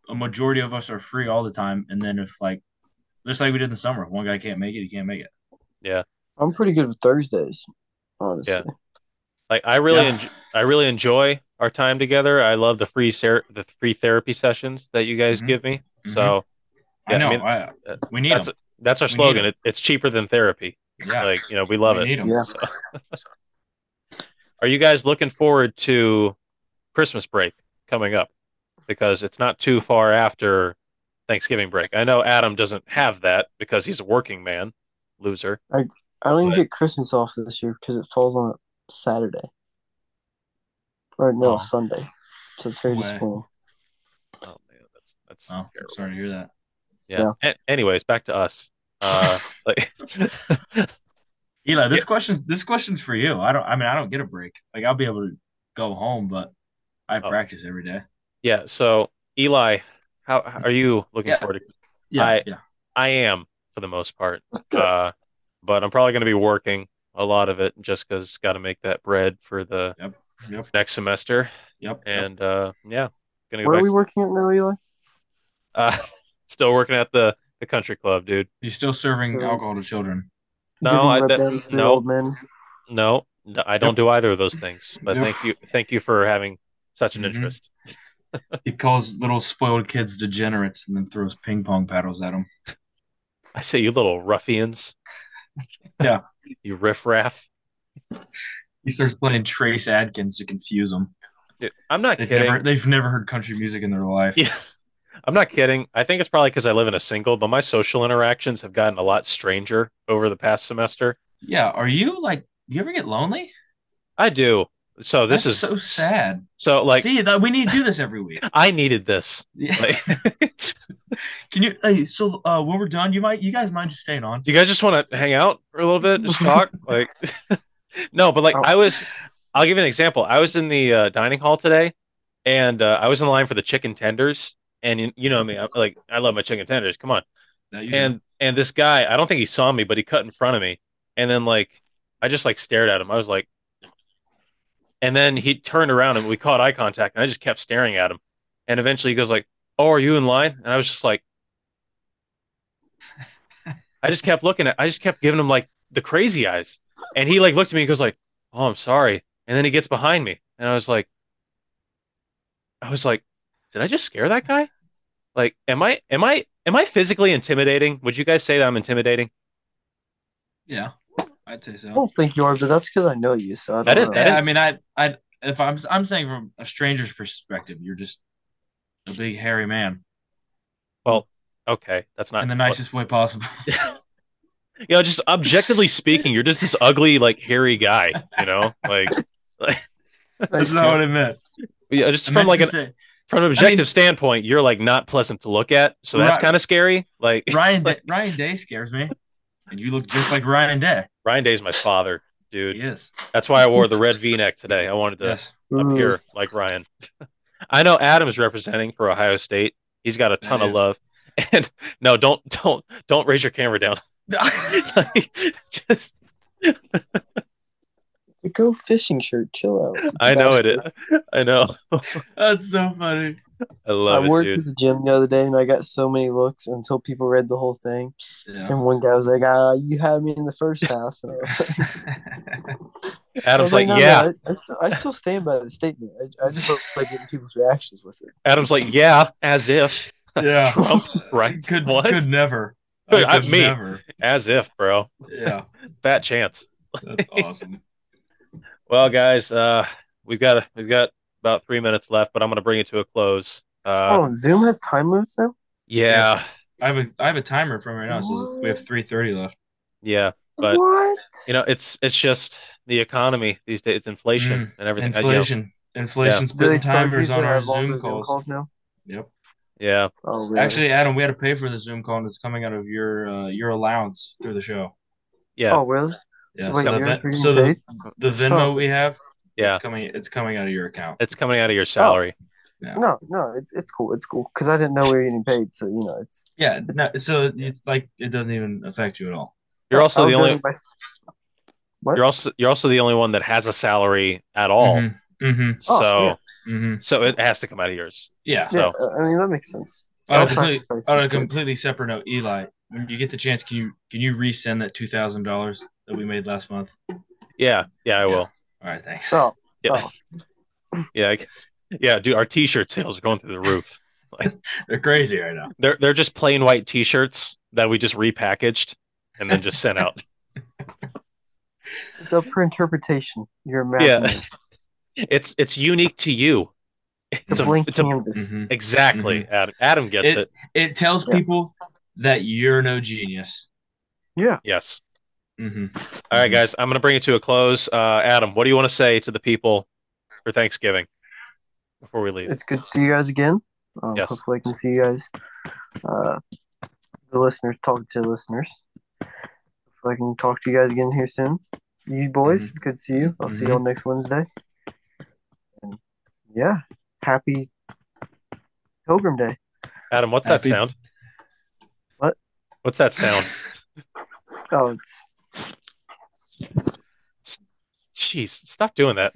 [SPEAKER 5] a majority of us are free all the time and then if like just like we did in the summer if one guy can't make it he can't make it
[SPEAKER 6] I'm pretty good with Thursdays, honestly.
[SPEAKER 2] Yeah. like I really
[SPEAKER 5] Yeah.
[SPEAKER 2] enjoy. I really enjoy our time together. I love the free ser- the free therapy sessions that you guys
[SPEAKER 5] Mhm.
[SPEAKER 2] give me. So
[SPEAKER 5] i
[SPEAKER 2] Yeah,
[SPEAKER 5] know
[SPEAKER 2] I mean,
[SPEAKER 5] I-
[SPEAKER 2] uh,
[SPEAKER 5] we need
[SPEAKER 2] that's
[SPEAKER 5] them
[SPEAKER 2] that's our
[SPEAKER 5] We need
[SPEAKER 2] slogan.
[SPEAKER 5] it.
[SPEAKER 2] It, it's cheaper than therapy.
[SPEAKER 5] yeah
[SPEAKER 2] Like you know, we love
[SPEAKER 5] we
[SPEAKER 2] it.
[SPEAKER 5] need 'em.
[SPEAKER 6] Yeah.
[SPEAKER 2] Are you guys looking forward to Christmas break coming up? Because it's not too far after Thanksgiving break. I know Adam doesn't have that because he's a working man, loser.
[SPEAKER 6] I don't even
[SPEAKER 2] But-
[SPEAKER 6] get Christmas off this year because it falls on a Saturday. Or no,
[SPEAKER 5] Oh.
[SPEAKER 6] Sunday. So it's very
[SPEAKER 5] Way.
[SPEAKER 6] disappointing.
[SPEAKER 2] Oh man, that's that's
[SPEAKER 5] oh,
[SPEAKER 2] terrible.
[SPEAKER 5] sorry to hear that
[SPEAKER 2] Yeah. A- anyways, back to us. Uh, like,
[SPEAKER 5] Eli, this question's this question's for you. I don't. I mean, I don't get a break. Like I'll be able to go home, but I
[SPEAKER 2] Oh.
[SPEAKER 5] practice every day.
[SPEAKER 2] yeah. So Eli, how, how are you looking
[SPEAKER 5] Yeah.
[SPEAKER 2] forward to?
[SPEAKER 5] Yeah,
[SPEAKER 2] I-
[SPEAKER 5] yeah.
[SPEAKER 2] I am for the most part, uh, but I'm probably going to be working a lot of it just because got to make that bread for the
[SPEAKER 5] Yep, yep.
[SPEAKER 2] next semester.
[SPEAKER 5] Yep. yep.
[SPEAKER 2] And uh, yeah, gonna go
[SPEAKER 6] Where are
[SPEAKER 2] back.
[SPEAKER 6] we working at now, Eli?
[SPEAKER 2] uh, still working at the the country club, dude.
[SPEAKER 5] You're still serving alcohol to children.
[SPEAKER 2] No,
[SPEAKER 6] Giving
[SPEAKER 2] I-
[SPEAKER 6] rub
[SPEAKER 2] that-
[SPEAKER 6] downs to the
[SPEAKER 2] no.
[SPEAKER 6] old men.
[SPEAKER 2] No, no I don't do either of those things. But
[SPEAKER 5] Yep.
[SPEAKER 2] thank you, thank you for having such an
[SPEAKER 5] Mhm.
[SPEAKER 2] interest.
[SPEAKER 5] He calls little spoiled kids degenerates and then throws ping pong paddles at them.
[SPEAKER 2] I say you little ruffians.
[SPEAKER 5] Yeah.
[SPEAKER 2] you riffraff.
[SPEAKER 5] He starts playing Trace Adkins to confuse them.
[SPEAKER 2] Dude, I'm not
[SPEAKER 5] They've
[SPEAKER 2] kidding.
[SPEAKER 5] never they've never heard country music in their life.
[SPEAKER 2] Yeah. I'm not kidding. I think it's probably because I live in a single, but my social interactions have gotten a lot stranger over the past semester.
[SPEAKER 5] Yeah, Are you like? Do you ever get lonely?
[SPEAKER 2] I do. So this
[SPEAKER 5] That's
[SPEAKER 2] is
[SPEAKER 5] so sad.
[SPEAKER 2] So like
[SPEAKER 5] See, that we need to do this every week.
[SPEAKER 2] I needed this.
[SPEAKER 5] Yeah.
[SPEAKER 2] Like,
[SPEAKER 5] Can you? Hey, so uh, when we're done, you might you guys mind just staying on?
[SPEAKER 2] do you guys just want to hang out for a little bit, just talk? like, no, but like
[SPEAKER 5] Oh.
[SPEAKER 2] I was. I'll give you an example. I was in the uh, dining hall today, and uh, I was in line for the chicken tenders. And you, you know me, I'm like I love my chicken tenders. Come on.
[SPEAKER 5] No, you
[SPEAKER 2] and and this guy i don't think he saw me but he cut in front of me and then like i just like stared at him i was like and then he turned around and we caught eye contact and i just kept staring at him and eventually he goes like oh are you in line and i was just like i just kept looking at i just kept giving him like the crazy eyes and he like looked at me and goes like oh i'm sorry and then he gets behind me and i was like i was like did i just scare that guy like am i am i am i physically intimidating would you guys say that i'm intimidating
[SPEAKER 5] Yeah, I'd say
[SPEAKER 6] I
[SPEAKER 5] so.
[SPEAKER 6] don't think you are, but that's because I know you, so I don't
[SPEAKER 2] I didn't-
[SPEAKER 6] know.
[SPEAKER 2] I
[SPEAKER 5] Yeah, I mean, I, I, if I'm, I'm saying from a stranger's perspective, you're just a big hairy man
[SPEAKER 2] okay that's not
[SPEAKER 5] in the nicest way possible.
[SPEAKER 2] you know just objectively speaking you're just this ugly like hairy guy you know like
[SPEAKER 5] That's not what I meant.
[SPEAKER 2] yeah, just
[SPEAKER 5] I
[SPEAKER 2] from
[SPEAKER 5] meant
[SPEAKER 2] like
[SPEAKER 5] to
[SPEAKER 2] an
[SPEAKER 5] say,
[SPEAKER 2] from an objective standpoint you're like not pleasant to look at so that's
[SPEAKER 5] Right.
[SPEAKER 2] kind of scary like
[SPEAKER 5] Ryan, Day, Ryan Day scares me, and you look just like Ryan Day.
[SPEAKER 2] ryan day's my father dude
[SPEAKER 5] He is.
[SPEAKER 2] that's why i wore the red v-neck today i wanted to
[SPEAKER 5] Yes.
[SPEAKER 6] Mm.
[SPEAKER 2] appear like ryan i know adam is representing for ohio state he's got a ton
[SPEAKER 5] That
[SPEAKER 2] of
[SPEAKER 5] is.
[SPEAKER 2] love and no don't don't don't raise your camera down like, just
[SPEAKER 6] The Go fishing shirt, chill out. It's a
[SPEAKER 2] I know it.
[SPEAKER 6] bachelor.
[SPEAKER 2] is. I know.
[SPEAKER 5] That's so funny.
[SPEAKER 2] I love
[SPEAKER 6] I
[SPEAKER 2] it,
[SPEAKER 6] wore it
[SPEAKER 2] dude.
[SPEAKER 6] to the gym the other day, and I got so many looks until people read the whole thing.
[SPEAKER 5] Yeah.
[SPEAKER 6] And one guy was like, "Ah, you had me in the first half." And I was
[SPEAKER 2] Adam's like,
[SPEAKER 6] like, I was "No, no,
[SPEAKER 2] yeah.
[SPEAKER 6] I, I, still, I still stand by the statement. I, I just hope, like getting people's reactions with it.
[SPEAKER 2] Adam's like, yeah, as if.
[SPEAKER 5] yeah.
[SPEAKER 2] Trump, right?
[SPEAKER 5] Could
[SPEAKER 2] What?
[SPEAKER 5] could never.
[SPEAKER 2] Could- I-
[SPEAKER 5] could
[SPEAKER 2] me.
[SPEAKER 5] never.
[SPEAKER 2] As if, bro.
[SPEAKER 5] Yeah.
[SPEAKER 2] Fat chance.
[SPEAKER 5] That's awesome.
[SPEAKER 2] Well, guys, uh, we've got we've got about three minutes left, but I'm gonna bring it to a close. Uh,
[SPEAKER 6] oh, Zoom has time limits now.
[SPEAKER 2] yeah,
[SPEAKER 5] I have a I have a timer from right now. It says we have three thirty left.
[SPEAKER 2] yeah. But
[SPEAKER 6] what?
[SPEAKER 2] you know, it's it's just the economy these days. It's inflation and everything. I- you know,
[SPEAKER 5] Inflation. Inflation's
[SPEAKER 6] Do
[SPEAKER 5] putting
[SPEAKER 6] they charge you
[SPEAKER 5] timers on
[SPEAKER 6] to
[SPEAKER 5] our
[SPEAKER 6] have all
[SPEAKER 5] Zoom
[SPEAKER 6] the Zoom
[SPEAKER 5] calls.
[SPEAKER 6] calls now?
[SPEAKER 5] Yep.
[SPEAKER 2] yeah,
[SPEAKER 6] Oh, really?
[SPEAKER 5] Actually, Adam, we had to pay for the Zoom call, and it's coming out of your uh, your allowance through the show.
[SPEAKER 2] yeah,
[SPEAKER 6] Oh, really?
[SPEAKER 5] Yeah.
[SPEAKER 6] Wait,
[SPEAKER 5] so the,
[SPEAKER 6] yours
[SPEAKER 5] Ven-
[SPEAKER 6] are getting
[SPEAKER 5] so the,
[SPEAKER 6] paid?
[SPEAKER 5] the
[SPEAKER 6] It's
[SPEAKER 5] Venmo
[SPEAKER 6] frozen.
[SPEAKER 5] we have,
[SPEAKER 2] yeah.
[SPEAKER 5] it's coming it's coming out of your account.
[SPEAKER 2] It's coming out of your salary.
[SPEAKER 5] Yeah.
[SPEAKER 6] No, no, it's it's cool. It's cool because I didn't know we were getting paid, so you know it's.
[SPEAKER 5] Yeah. No, so it's like it doesn't even affect you at all.
[SPEAKER 2] You're also
[SPEAKER 6] I'll
[SPEAKER 2] the
[SPEAKER 6] do
[SPEAKER 2] only.
[SPEAKER 6] it by- Oh, What?
[SPEAKER 2] You're also you're also the only one that has a salary at all.
[SPEAKER 5] Mm-hmm.
[SPEAKER 6] Oh,
[SPEAKER 2] So
[SPEAKER 6] yeah.
[SPEAKER 5] hmm
[SPEAKER 2] so it has to come out of yours.
[SPEAKER 5] Yeah.
[SPEAKER 6] yeah,
[SPEAKER 2] so-
[SPEAKER 6] uh, I mean that makes sense.
[SPEAKER 5] On a,
[SPEAKER 6] I'll
[SPEAKER 5] completely,
[SPEAKER 6] sacrifice
[SPEAKER 5] on a
[SPEAKER 6] the kids.
[SPEAKER 5] completely separate note, Eli, when you get the chance, can you can you resend that two thousand dollars that we made last month?
[SPEAKER 2] Yeah, yeah, I will.
[SPEAKER 5] All right. Thanks.
[SPEAKER 6] Oh,
[SPEAKER 2] Yeah. Yeah. I- Yeah, dude, our t-shirt sales are going through the roof.
[SPEAKER 5] They're crazy right now.
[SPEAKER 2] They're they're just plain white t-shirts that we just repackaged and then just sent out.
[SPEAKER 6] it's up for interpretation. Your
[SPEAKER 2] Yeah.
[SPEAKER 6] imagination.
[SPEAKER 2] It's it's unique to you.
[SPEAKER 6] It's
[SPEAKER 2] It's
[SPEAKER 6] a
[SPEAKER 2] a,
[SPEAKER 6] blank
[SPEAKER 2] it's a
[SPEAKER 6] canvas.
[SPEAKER 5] Mhm.
[SPEAKER 2] exactly. Adam Adam gets it.
[SPEAKER 5] It it tells
[SPEAKER 6] Yeah.
[SPEAKER 5] people that you're no genius.
[SPEAKER 6] Yeah.
[SPEAKER 2] Yes.
[SPEAKER 5] Mm-hmm.
[SPEAKER 2] All right,
[SPEAKER 5] Mhm.
[SPEAKER 2] guys, I'm going to bring it to a close. Uh, Adam, what do you want to say to the people for Thanksgiving before we leave?
[SPEAKER 6] It's good to see you guys again. Um,
[SPEAKER 2] Yes.
[SPEAKER 6] Hopefully, I can see you guys uh, The listeners talk to listeners. If I can talk to you guys again here soon. You boys, it's good to see you. I'll see
[SPEAKER 5] Mhm.
[SPEAKER 6] you all next Wednesday. And yeah, happy Pilgrim Day.
[SPEAKER 2] Adam, what's
[SPEAKER 5] Happy-
[SPEAKER 2] that sound?
[SPEAKER 6] What?
[SPEAKER 2] What's that sound?
[SPEAKER 6] Oh, it's
[SPEAKER 2] Jeez, stop doing that.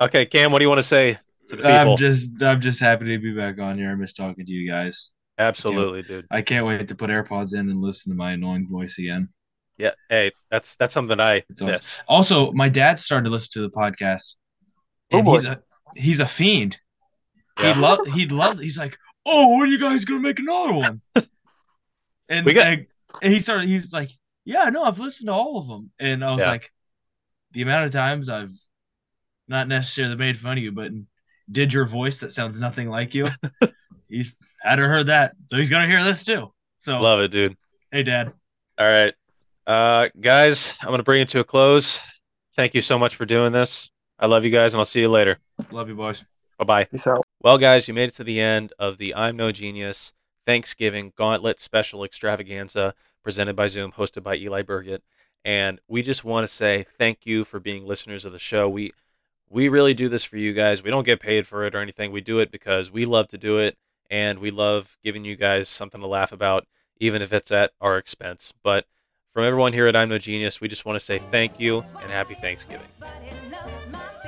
[SPEAKER 2] Okay, Cam, what do you want to say to the people?
[SPEAKER 5] I'm just I'm just happy to be back on here. I miss talking to you guys.
[SPEAKER 2] Absolutely, dude.
[SPEAKER 5] I can't wait to put AirPods in and listen to my annoying voice again.
[SPEAKER 2] Yeah. Hey, that's that's something I
[SPEAKER 5] It's awesome.
[SPEAKER 2] miss.
[SPEAKER 5] Also, my dad started to listen to the podcast.
[SPEAKER 6] Oh,
[SPEAKER 5] And
[SPEAKER 6] boy.
[SPEAKER 5] he's a he's a fiend. He loves he loves he's like, Oh, when are you guys gonna make another one? and,
[SPEAKER 2] We got-
[SPEAKER 5] and- and he started he's like, Yeah, no, I've listened to all of them. And I was
[SPEAKER 2] Yeah.
[SPEAKER 5] like, the amount of times I've not necessarily made fun of you, but did your voice that sounds nothing like you. he hadn't heard that. So he's gonna hear this too. So
[SPEAKER 2] Love it, dude.
[SPEAKER 5] hey dad.
[SPEAKER 2] All right. Uh guys, I'm gonna bring it to a close. Thank you so much for doing this. I love you guys and I'll see you later.
[SPEAKER 5] Love you boys.
[SPEAKER 2] Bye bye.
[SPEAKER 6] peace out.
[SPEAKER 2] Well, guys, you made it to the end of the I'm No Genius Thanksgiving Gauntlet Special Extravaganza presented by Zoom, hosted by Eli Burgett. And we just want to say thank you for being listeners of the show. We we really do this for you guys. We don't get paid for it or anything. We do it because we love to do it and we love giving you guys something to laugh about, even if it's at our expense. But from everyone here at I'm No Genius, we just want to say thank you and happy Thanksgiving.
[SPEAKER 1] But it loves my